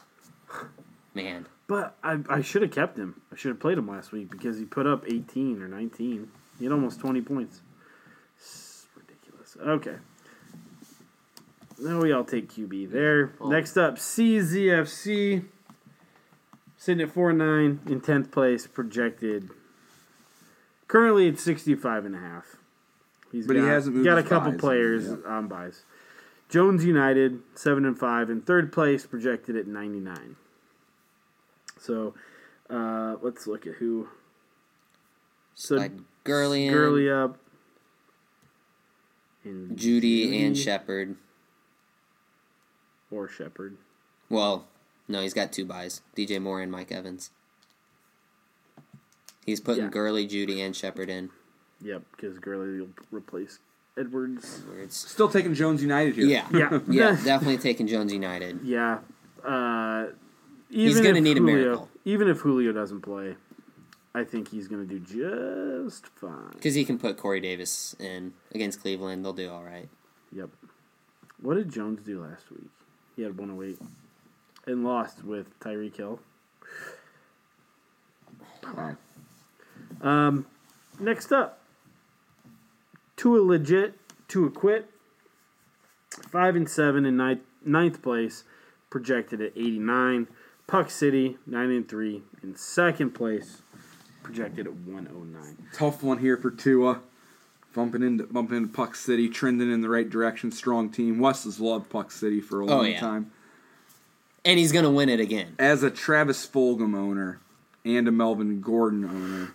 man.
But I, I should have kept him. I should have played him last week because he put up 18 or 19. He had almost 20 points. It's ridiculous. Okay. Now we all take QB there. Next up, CZFC. Sitting at 4 9 in 10th place, projected. Currently at 65 and a half. He's
But he
got,
hasn't moved
got a
his
couple
buys.
players
Yep.
on buys. Jones United, 7 and 5 in third place, projected at 99. So uh, let's look at who. So
Like Gurley and
Gurley up. And
Judy and Shepard.
or Shepard.
Well, no, he's got two buys: DJ Moore and Mike Evans. He's putting
Yeah.
Gurley, Judy, and Shepard in.
Yep, because Gurley will replace Edwards.
Where it's-
Still taking Jones United here.
Yeah,
Yeah.
yeah, definitely taking Jones United.
Yeah. Uh, even
gonna
if
need a
Julio,
miracle.
Even if Julio doesn't play, I think he's going to do just fine.
Because he can put Corey Davis in against Cleveland, they'll do all right.
Yep. What did Jones do last week? He had 108 and lost with Tyreek Hill.
Wow.
Um, next up, Tua legit, Tua quit. Five and seven in ninth, ninth place, projected at 89. Puck City nine and three in second place, projected at 109.
Tough one here for Tua. Bumping into bumping into Puck City, trending in the right direction. Strong team. Wes has loved Puck City for a long
Oh, yeah.
time.
And he's gonna win it again.
As a Travis Fulgham owner and a Melvin Gordon owner,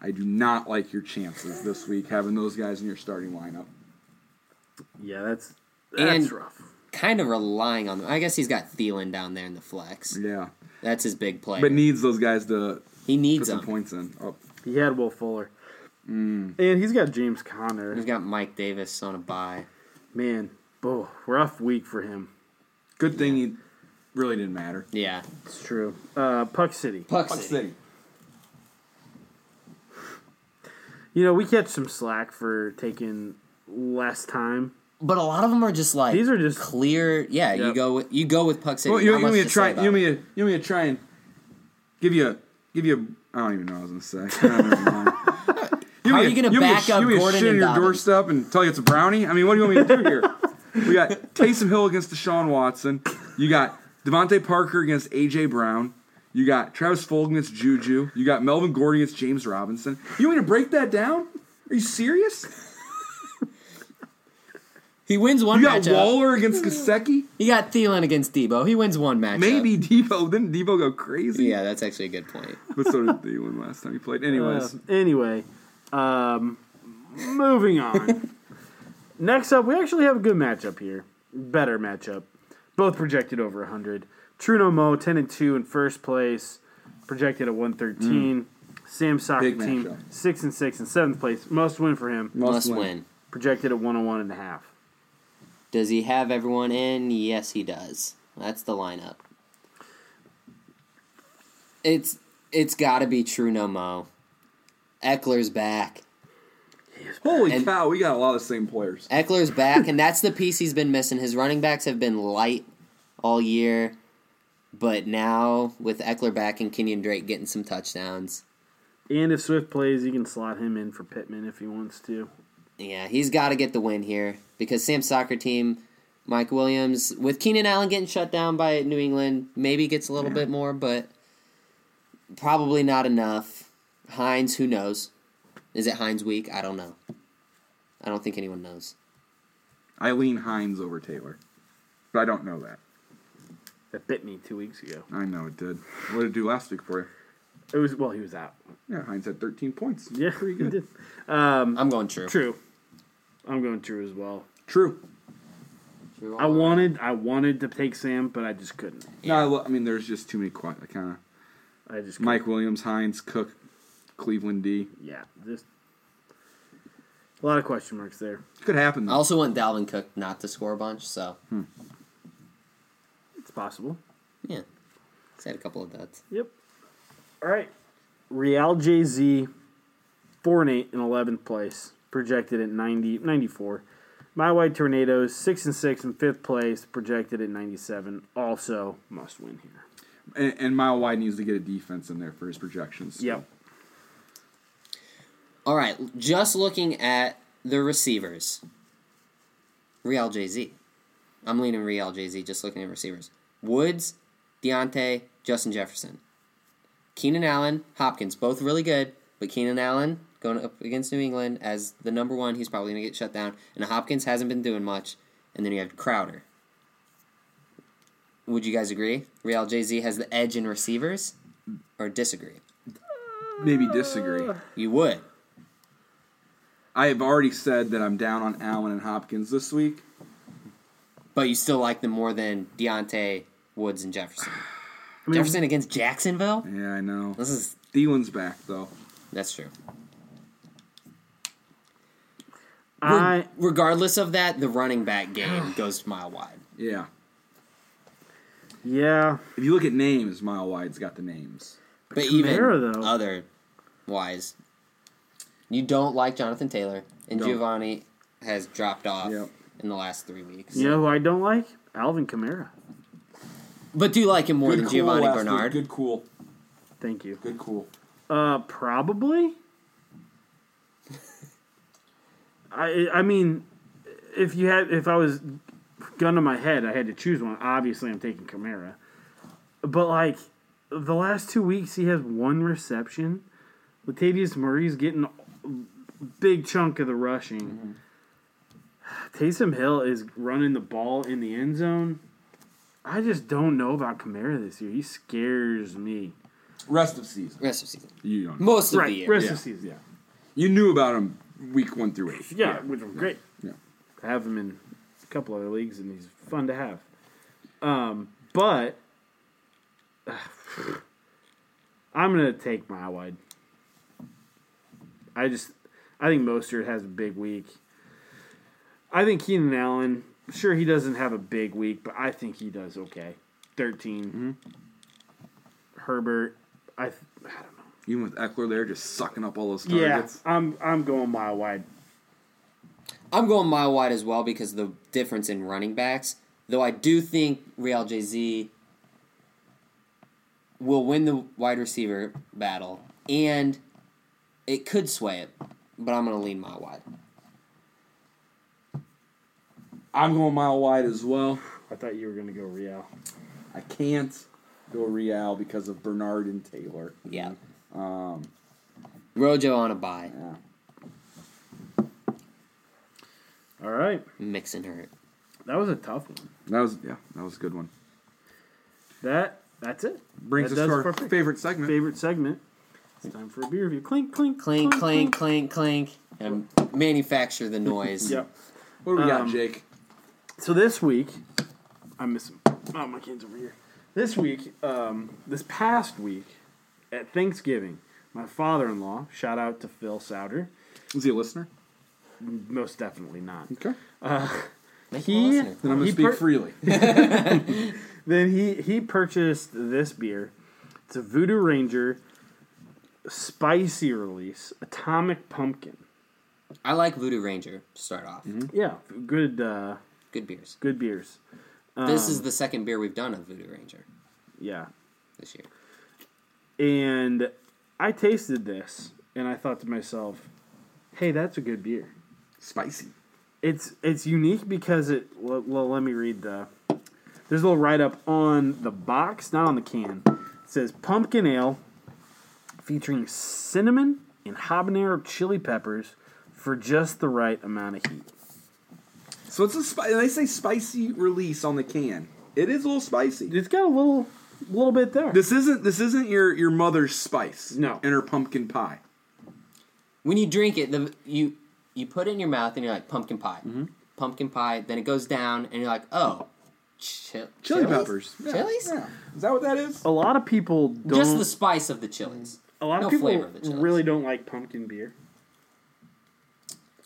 I do not like your chances this week having those guys in your starting lineup.
Yeah, that's that's
And-
rough.
Kind of relying on them. I guess he's got Thielen down there in the flex.
Yeah,
That's his big play.
but needs those guys to
he
put
needs
some
him.
points in. Oh,
He had Will Fuller, and he's got James Conner.
He's got Mike Davis on a bye.
Man, oh, rough week for him.
good thing he really didn't matter.
Yeah,
It's true. Uh, Puck City.
Puck
Puck
City.
City.
You know, we catch some slack for taking less time.
But a lot of them are just like
These are just-
clear. Yeah, you
Yep.
go with, you go with Puck City.
Well, you,
Not
you
much
want me
to
to
say
try?
about
You
it.
want me to? You want me to try and give you a give you a? I don't even know what I was gonna say. I don't even know. You
How
want
are
me
you gonna
you want me
back
you
up
want me
Gordon
shit
and
in your
Dobbins?
doorstep and tell you it's a brownie? I mean, what do you want me to do here? we got Taysom Hill against Deshaun Watson. You got Devontae Parker against AJ Brown. You got Travis Fulgham against Juju. You got Melvin Gordon against James Robinson. You want me to break that down? Are you serious?
He wins one
You got
matchup.
Waller against Gasecki.
He got Thielen against Debo. He wins one matchup.
Maybe Debo. Didn't Debo go crazy?
Yeah, that's actually a good point.
But so did Thielen last time he played. Anyways.
Uh, anyway, um, moving on. Next up, we actually have a good matchup here. Better matchup. Both projected over 100. Truno Mo, 10 and 2 in first place, projected at 113. Sam Soccer
Big
team,
matchup.
6 and 6 in seventh place. Must win for him.
Must, win.
Projected at 101 and a half.
Does he have everyone in? Yes, he does. That's the lineup. It's it's got to be true no mo. Eckler's back.
Holy
And-
cow, we got a lot of the same players.
Eckler's back, and that's the piece he's been missing. His running backs have been light all year. But now with Eckler back and Kenyon Drake getting some touchdowns,
And if Swift plays, you can slot him in for Pittman if he wants to.
yeah, he's got to get the win here because Sam's soccer team, Mike Williams, with Keenan Allen getting shut down by New England, maybe gets a little bit more, but probably not enough. Hines, who knows? Is it Hines week? I don't know. I don't think anyone knows.
I lean Hines over Taylor, but I don't know that.
That bit me two weeks ago.
I know it did. What did it do last week for you?
It was well, he was out.
Yeah, Hines had 13 points.
Yeah,
pretty
he
good.
did.
Um, I'm going true.
True. I'm going true as well.
True.
True
I
all around.
wanted, I wanted to take Sam, but I just couldn't.
No, I, lo- I mean, there's just too many quiet. I kind of
I just couldn't.
Mike Williams, Hines, Cook, Cleveland D.
Yeah, just a lot of question marks there.
Could happen.
I
Though.
also want Dalvin Cook not to score a bunch, so
It's possible.
yeah. He's had a couple of duds.
Yep. All right. Real JZ, 4 and 8 in 11th place, projected at 90, 94. My White Tornadoes, 6 and 6 in 5th place, projected at 97. Also, must win here.
and, and Mile Wide needs to get a defense in there for his projections.
Yep.
All right, just looking at the receivers. Real JZ. I'm leaning Real JZ, just looking at receivers. Woods, Deontay, Justin Jefferson. Keenan Allen, Hopkins, both really good, but Keenan Allen going up against New England as the number one, he's probably going to get shut down. And Hopkins hasn't been doing much. And then you have Crowder. Would you guys agree? Real JZ has the edge in receivers? Or disagree?
Maybe disagree.
You would.
I have already said that I'm down on Allen and Hopkins this week.
But you still like them more than Deontay, Woods, and Jefferson. Jefferson against Jacksonville?
Yeah, I know.
This is
Thielen's back though.
that's true.
I,
Regardless of that, the running back game goes mile wide.
Yeah.
yeah.
If you look at names, Mile Wide's got the names.
But
Kamara,
even
though.
other wise, you don't like Jonathan Taylor, and
Don't.
Giovanni has dropped off
Yep.
in the last three weeks.
You know who I don't like? Alvin Kamara.
But do you like him more than Giovanni
last week.
Bernard?
Good cool.
Thank you.
Good cool.
Uh, probably. I I mean, if you had if I was gun to my head, I had to choose one. Obviously, I'm taking Kamara. But like the last two weeks, he has one reception. Latavius Murray's getting a big chunk of the rushing. Taysom Hill is running the ball in the end zone. I just don't know about Kamara this year. He scares me.
Rest of season.
Rest of season,
You don't.
most of the
Right,
year.
rest
Yeah,
of season.
yeah. You knew about him week one through eight.
Yeah, which was great.
Yeah.
To have him in a couple other leagues, and he's fun to have. Um, but I'm gonna take my wide. I just, I think Mostert has a big week. I think Keenan Allen. Sure, he doesn't have a big week, but I think he does okay. 13 Herbert. I, th- I don't know.
Even with Eckler there, just sucking up all those
Yeah,
targets.
I'm I'm going mile wide.
I'm going mile wide as well because of the difference in running backs. Though I do think Real JZ will win the wide receiver battle, and it could sway it, but I'm going to lean mile wide.
I'm going Mile Wide as well.
I thought you were gonna go Real.
I can't go Real because of Bernard and Taylor.
Yeah. Um, Rojo on a bye.
Yeah.
All right.
Mixing hurt.
That was a tough one.
That was yeah, that was a good one.
That that's it.
Brings
That
us to
does
our
perfect.
favorite segment.
Favorite segment. It's time for a beer review. Clink, clink,
Clink, clink, clink, clink. And manufacture the noise.
Yep.
What do we got,
Um,
Jake?
So this week, I'm missing. Oh, my kid's over here. This week, um, this past week, at Thanksgiving, my father-in-law. Shout out to Phil Souter.
Is he a listener?
Most definitely not.
Okay.
Make him a
He
listener.
Then I'm gonna
he
speak
per-
freely.
then he he purchased this beer. It's a Voodoo Ranger spicy release, Atomic Pumpkin.
I like Voodoo Ranger to start off.
Yeah, good. Uh,
Good beers.
good beers.
this is the second beer we've done of Voodoo Ranger
Yeah.
this year.
And I tasted this and I thought to myself, hey, that's a good beer.
Spicy.
It's it's unique because it. Well, well, let me read the. There's a little write up on the box, not on the can. It says pumpkin ale, featuring cinnamon and habanero chili peppers, for just the right amount of heat.
So it's a spi- they say spicy release on the can. It is a little spicy.
It's got a little little bit there.
This isn't this isn't your your mother's spice.
No.
and her pumpkin pie.
When you drink it, the you you put it in your mouth and you're like pumpkin pie,
Mm-hmm.
pumpkin pie. Then it goes down and you're like, oh, chil-
Chili
chilies?
peppers. Oh, Yeah,
Chilies?
yeah. Is that what that is?
a lot of people don't.
Just the spice of the chilies.
a lot
no
of people
flavor of the chilies.
really don't like pumpkin beer.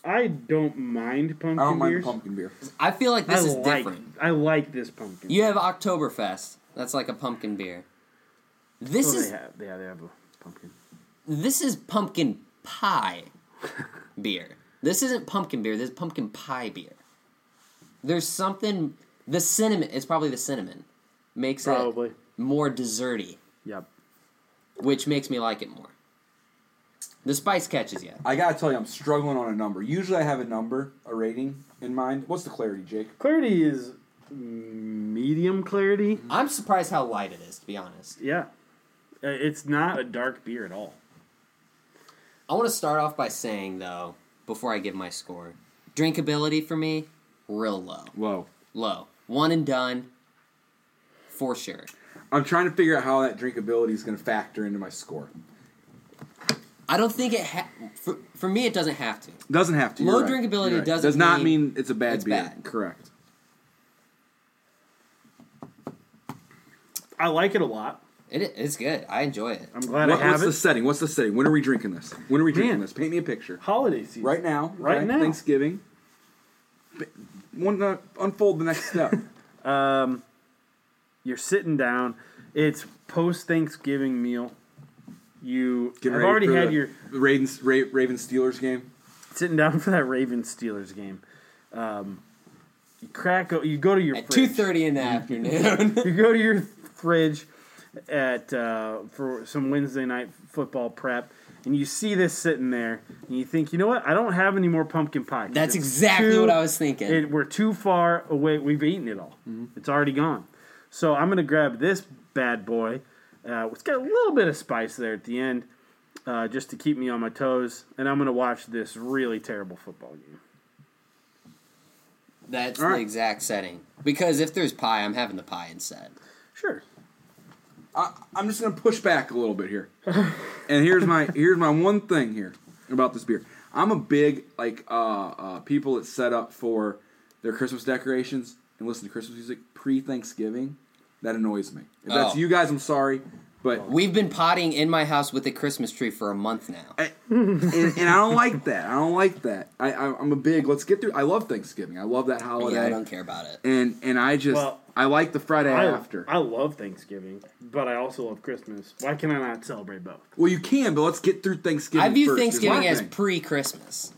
I don't mind pumpkin
I don't mind
beers.
the pumpkin beer.
I feel like this
I
is
like,
different.
I like this pumpkin.
You have Oktoberfest. That's like a pumpkin beer. This
Oh,
is
they have, yeah, they have a pumpkin.
this is pumpkin pie beer. This isn't pumpkin beer. This is pumpkin pie beer. There's something. The cinnamon. It's probably the cinnamon. Makes
Probably.
it more desserty,
Yep.
which makes me like it more. The spice catches you.
I gotta tell you, I'm struggling on a number. Usually, I have a number, a rating in mind. What's the clarity, Jake?
Clarity is medium clarity.
Mm-hmm.
I'm surprised how light it is, to be honest.
Yeah. Uh, It's not a dark beer at all.
I want to start off by saying though, before I give my score, drinkability for me, real low.
Low.
Low. One and done. For sure.
I'm trying to figure out how that drinkability is gonna factor into my score.
I don't think it ha- for, for me it doesn't have to.
Doesn't have to. you're
Low
right.
drinkability
You're right.
doesn't
does not
mean
mean, it's a bad
it's
beer.
bad.
Correct.
I like it a lot.
It i- it's good. I enjoy it.
I'm glad
What-
I have
what's
it.
the setting? What's the setting? When are we drinking this? When are we drinking
Man.
this? Paint me a picture.
Holiday season.
Right now.
Right
okay,
now.
Thanksgiving. B- One uh, unfold the next step.
You're sitting down. It's post Thanksgiving meal. You
Getting
have
ready
already
for
had
the
your
Ravens Ra- Ravens Steelers game.
sitting down for that Ravens Steelers game. Um, you crack. o- You go to your
At two
fridge.
thirty in the afternoon.
you go to your fridge at uh, for some Wednesday night football prep, and you see this sitting there, and you think, you know what? I don't have any more pumpkin pie. 'cause
That's
it's
exactly
too-
what I was thinking.
It, we're too far away. We've eaten it all.
Mm-hmm.
It's already gone. So I'm gonna grab this bad boy. Uh, it's got a little bit of spice there at the end, uh, just to keep me on my toes, and I'm gonna watch this really terrible football game.
That's
All
the
right.
exact setting. Because if there's pie, I'm having the pie instead.
Sure.
I, I'm just gonna push back a little bit here. and here's my here's my one thing here about this beer. I'm a big like uh, uh, people that set up for their Christmas decorations and listen to Christmas music pre Thanksgiving. That annoys me. If that's
Oh.
you guys, I'm sorry, but
Oh.
We've been potting in my house with a Christmas tree for a month now.
I- and, and I don't like that. I don't like that. I, I I'm a big let's get through. I love Thanksgiving. I love that holiday.
Yeah, I don't care about it.
And and I just
Well,
I like the Friday
I,
after.
I love Thanksgiving, but I also love Christmas. Why can I not celebrate both?
well, you can, but let's get through Thanksgiving.
I view
first, is my
Thanksgiving as
thing.
pre Christmas.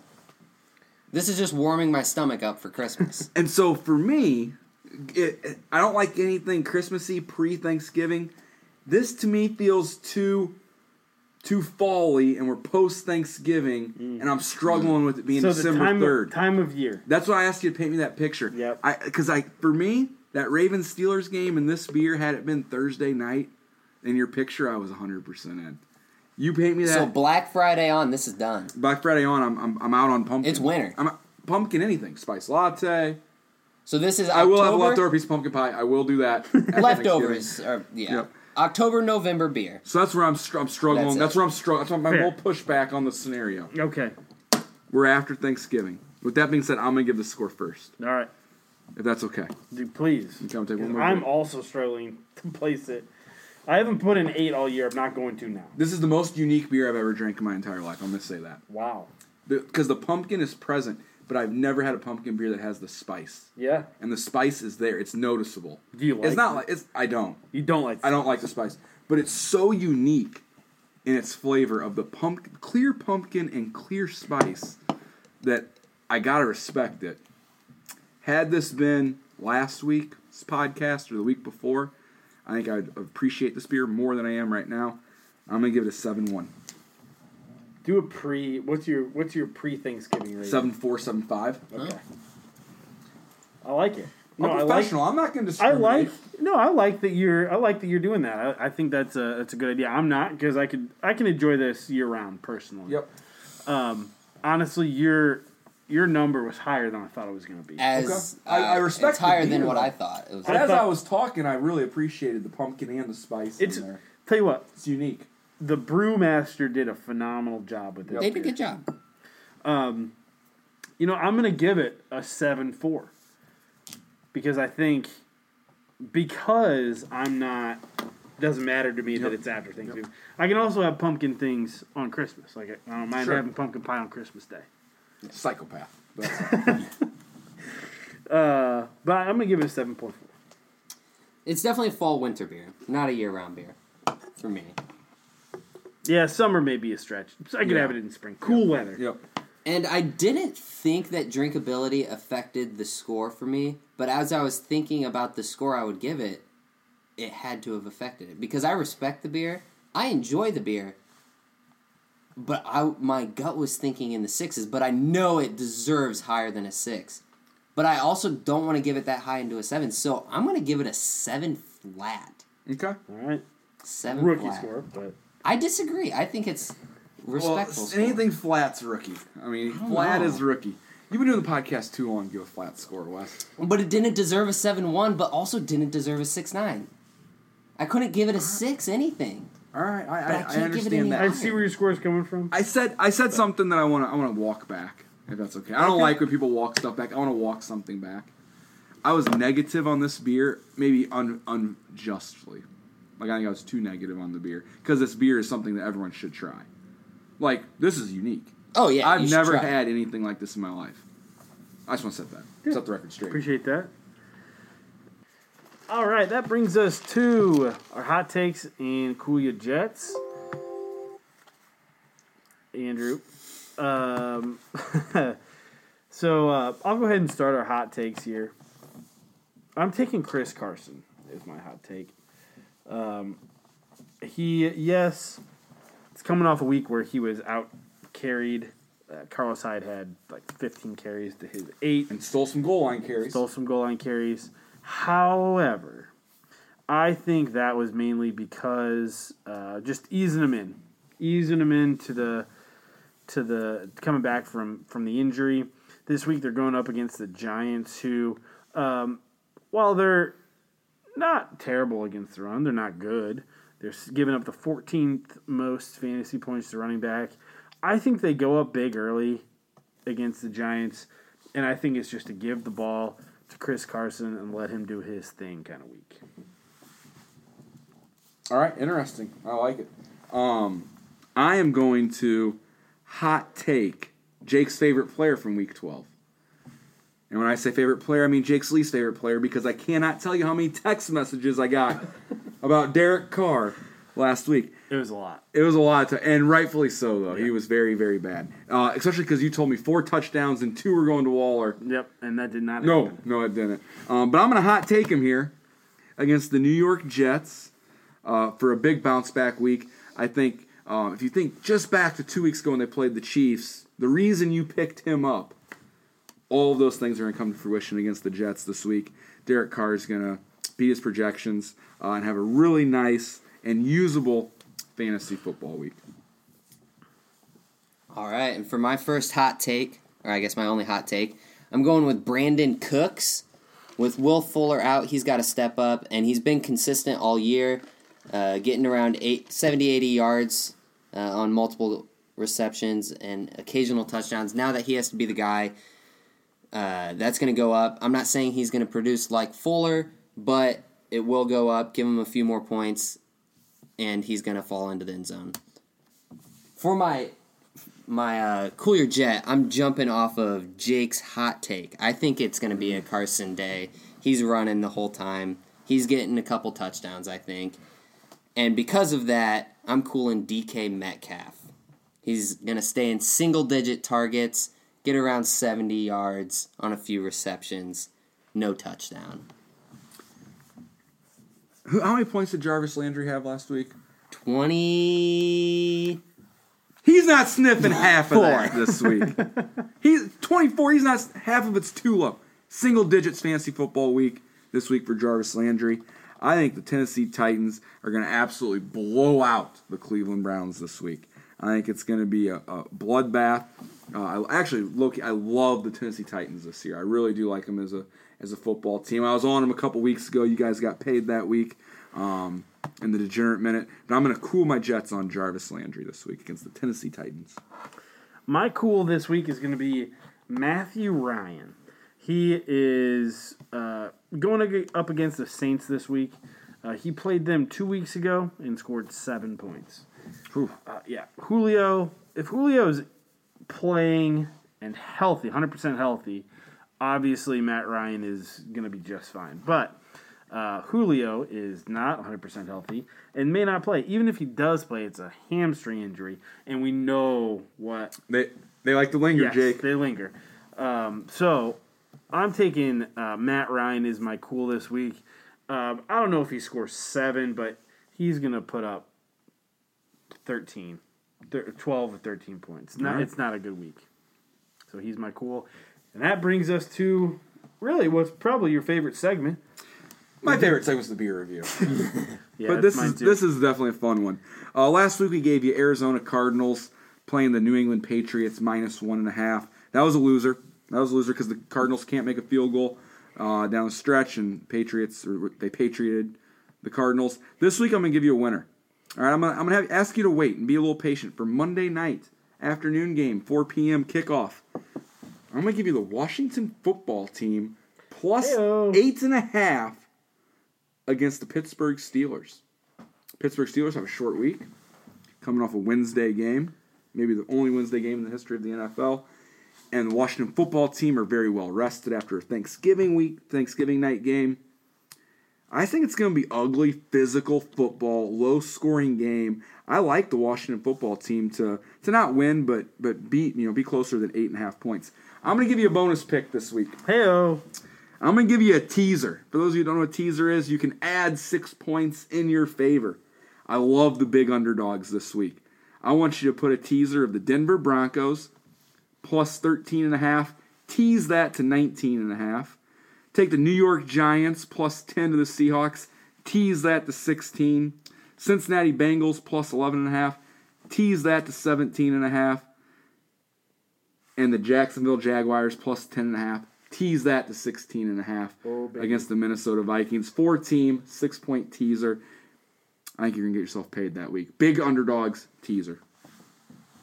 This is just warming my stomach up for Christmas.
And so for me, it, it- I don't like anything Christmassy pre Thanksgiving. This to me feels too too fally, and we're post Thanksgiving, and I'm struggling with it being
Mm. so the
December
time
third.
of, time of year.
That's why I asked you to paint me that picture.
Yep.
I because I for me that Ravens Steelers game and this beer had it been Thursday night, in your picture I was 100 percent in. You paint me that
so Black Friday on, this is done.
by Friday on. I'm, I'm I'm out on pumpkin.
It's winter.
I'm pumpkin anything spice latte.
So this is
I
October.
will have a leftover piece of pumpkin pie. I will do that. at Thanksgiving.
leftovers. Or, yeah.
Yep.
October, November beer.
So that's where I'm, str- I'm struggling.
That's
That's,
it.
where I'm struggling. That's why my
Fair.
whole pushback on the scenario.
Okay.
We're after Thanksgiving. With that being said, I'm gonna give the score first,
All right.
if that's okay.
Dude, please.
come take one more
I'm
break.
also struggling to place it. I haven't put an eight all year. I'm not going to now.
This is the most unique beer I've ever drank in my entire life. I'm gonna say that
Wow.
because the pumpkin is present, but I've never had a pumpkin beer that has the spice.
Yeah.
And the spice is there. It's noticeable.
Do you like
It's not
it?
like it's. I don't.
You don't like.
I don't like the spice, but it's so unique in its flavor of the pumpkin, clear pumpkin and clear spice that I gotta respect it. Had this been last week, this podcast or the week before, I think I'd appreciate this beer more than I am right now. I'm gonna give it a seven one.
Do a pre. What's your What's your pre Thanksgiving rating?
Seven four, seven five. Okay.
I like it. No,
I'm
I like.
professional. I'm not gonna
I
discriminate.
like. No, I like that you're. I like that you're doing that. I, I think that's a that's a good idea. I'm not because I could I can enjoy this year round personally.
Yep.
Honestly, your your number was higher than I thought it was going to be.
As
Okay. I- I
uh,
respect
it's higher
the
than what
beer.
I thought. It was
I
As
thought-
I was talking, I really appreciated the pumpkin and the spice
It's
in there.
tell you what,
It's unique.
the brewmaster did a phenomenal job with this.
they did a
beer.
good job.
You know, I'm going to give it a 7 4. Because I think, because I'm not, doesn't matter to me that it's after Thanksgiving. I can also have pumpkin things on Christmas. Like, I don't mind
Sure.
having pumpkin pie on Christmas Day.
Psychopath. That's
Uh, but I'm going to give it a 7.4.
It's definitely a fall winter beer, not a year round beer, for me.
Yeah, summer may be a stretch. So I could
Yeah.
have it in spring. Cool weather.
yep.
And I didn't think that drinkability affected the score for me, but as I was thinking about the score I would give it, it had to have affected it because I respect the beer, I enjoy the beer, but I my gut was thinking in the sixes, but I know it deserves higher than a six, but I also don't want to give it that high into a seven, so I'm gonna give it a seven flat,
Okay.
All right.
seven
Rookie
flat.
score, but.
I disagree. I think it's respectful.
Well,
score.
anything flat's rookie. I mean,
don't
flat
know.
is rookie. You've been doing the podcast too long to give a flat score, Wes.
But it didn't deserve a 7 1, but also didn't deserve a 6 9. I couldn't give it a 6 anything.
All right, I,
But
I,
I
I,
can't give it any
understand that.
I see where your score is coming from.
I said I said something that I want to I want to walk back if that's okay. I don't
Okay.
like when people walk stuff back. I want to walk something back. I was negative on this beer, maybe un, unjustly. Like I think I was too negative on the beer because this beer is something that everyone should try. Like this is unique.
Oh, yeah. you
I've
should
never
try it.
had anything like this in my life. I just want to set that set the record straight.
Appreciate that. All right, that brings us to our hot takes and cool your jets. Andrew, um, so uh, I'll go ahead and start our hot takes here. I'm taking Chris Carson is my hot take. Um, he yes, it's coming off a week where he was out carried. Uh, Carlos Hyde had like 15 carries to his eight.
And stole some goal line carries.
Stole some goal line carries. However, I think that was mainly because uh, just easing him in, easing him into the to the coming back from from the injury. This week they're going up against the Giants, who um, while they're not terrible against the run, they're not good. They're s- giving up the 14th most fantasy points to running back. I think they go up big early against the Giants, and I think it's just to give the ball to Chris Carson and let him do his thing kind of week.
All right, interesting. I like it. Um, I am going to hot take Jake's favorite player from Week 12. And when I say favorite player, I mean Jake's least favorite player because I cannot tell you how many text messages I got about Derek Carr last week.
It was a lot.
It was a lot, to, and rightfully so, though. He was very, very bad. Uh, especially because you told me four touchdowns and two were going to Waller.
Yep, and that did not.
No,
happen.
no, it didn't. Um, but I'm going to hot take him here against the New York Jets uh, for a big bounce back week. I think um, if you think just back to two weeks ago when they played the Chiefs, the reason you picked him up, all of those things are going to come to fruition against the Jets this week. Derek Carr is going to beat his projections uh, and have a really nice and usable fantasy football week.
All right, and for my first hot take, or I guess my only hot take, I'm going with Brandon Cooks. With Will Fuller out, he's got to step up, and he's been consistent all year, uh, getting around eight, 70, 80 yards uh, on multiple receptions and occasional touchdowns. Now that he has to be the guy, uh, that's going to go up. I'm not saying he's going to produce like Fuller, but it will go up, give him a few more points, and he's going to fall into the end zone. For my my uh, cool your jet. I'm jumping off of Jake's hot take. I think it's going to be a Carson day. He's running the whole time. He's getting a couple touchdowns, I think. And because of that, I'm cooling DK Metcalf. He's going to stay in single digit targets, get around 70 yards on a few receptions, no touchdown.
Who, how many points did Jarvis Landry have last week?
20.
He's not sniffing half of that this week. He's 24. He's not half of it's too low. Single digits fantasy football week this week for Jarvis Landry. I think the Tennessee Titans are going to absolutely blow out the Cleveland Browns this week. I think it's going to be a, a bloodbath. Uh, I actually look. I love the Tennessee Titans this year. I really do like them as a as a football team. I was on them a couple weeks ago. You guys got paid that week um, in the degenerate minute. But I'm going to cool my Jets on Jarvis Landry this week against the Tennessee Titans.
My cool this week is going to be Matthew Ryan. He is uh, going ag- up against the Saints this week. Uh, he played them two weeks ago and scored seven points.
Whew.
Uh, yeah, Julio. If Julio is playing and healthy, 100% healthy, obviously Matt Ryan is going to be just fine. But uh, Julio is not 100% healthy and may not play. Even if he does play, it's a hamstring injury, and we know what
They they like to linger,
Yes,
Jake.
They linger. Um, so I'm taking uh, Matt Ryan is my cool this week. Um, I don't know if he scores seven, but he's gonna put up 13, thir- 12 or 13 points. Not,
Alright.
It's not a good week. So he's my cool, and that brings us to really what's probably your favorite segment.
My favorite segment was the beer review.
Yeah,
but
it's
this
mine
is
too.
this is definitely a fun one. Uh, last week we gave you Arizona Cardinals playing the New England Patriots minus one and a half. That was a loser. That was a loser because the Cardinals can't make a field goal uh, down the stretch, and Patriots or they patrioted the Cardinals. This week I'm gonna give you a winner. All right, I'm gonna, I'm gonna have, ask you to wait and be a little patient for Monday night afternoon game, 4 p.m. kickoff. I'm gonna give you the Washington football team plus
Heyo.
eight and a half against the Pittsburgh Steelers. Pittsburgh Steelers have a short week, coming off a Wednesday game, maybe the only Wednesday game in the history of the NFL. And the Washington football team are very well rested after a Thanksgiving week, Thanksgiving night game. I think it's going to be ugly, physical football, low scoring game. I like the Washington football team to to not win, but but beat you know be closer than eight and a half points. I'm going to give you a bonus pick this week.
Heyo.
I'm gonna give you a teaser. For those of you who don't know what teaser is, you can add six points in your favor. I love the big underdogs this week. I want you to put a teaser of the Denver Broncos plus 13 and a half. Tease that to 19 and a half. Take the New York Giants plus 10 to the Seahawks. Tease that to 16. Cincinnati Bengals plus 11 and a half. Tease that to 17 and a half and the Jacksonville Jaguars plus 10.5. Tease that to 16.5
Oh, baby.
against the Minnesota Vikings. Four team, six point teaser. I think you're going to get yourself paid that week. Big underdogs teaser.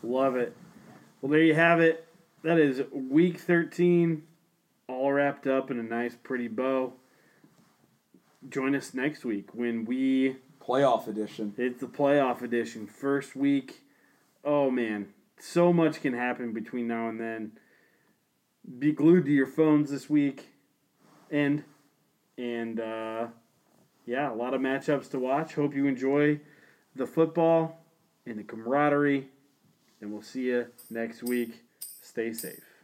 Love it. Well, there you have it. That is week 13, all wrapped up in a nice, pretty bow. Join us next week when we.
Playoff edition.
It's the playoff edition. First week. Oh, man. So much can happen between now and then. Be glued to your phones this week. And. And, uh, yeah, a lot of matchups to watch. Hope you enjoy the football and the camaraderie and we'll see you next week. Stay safe.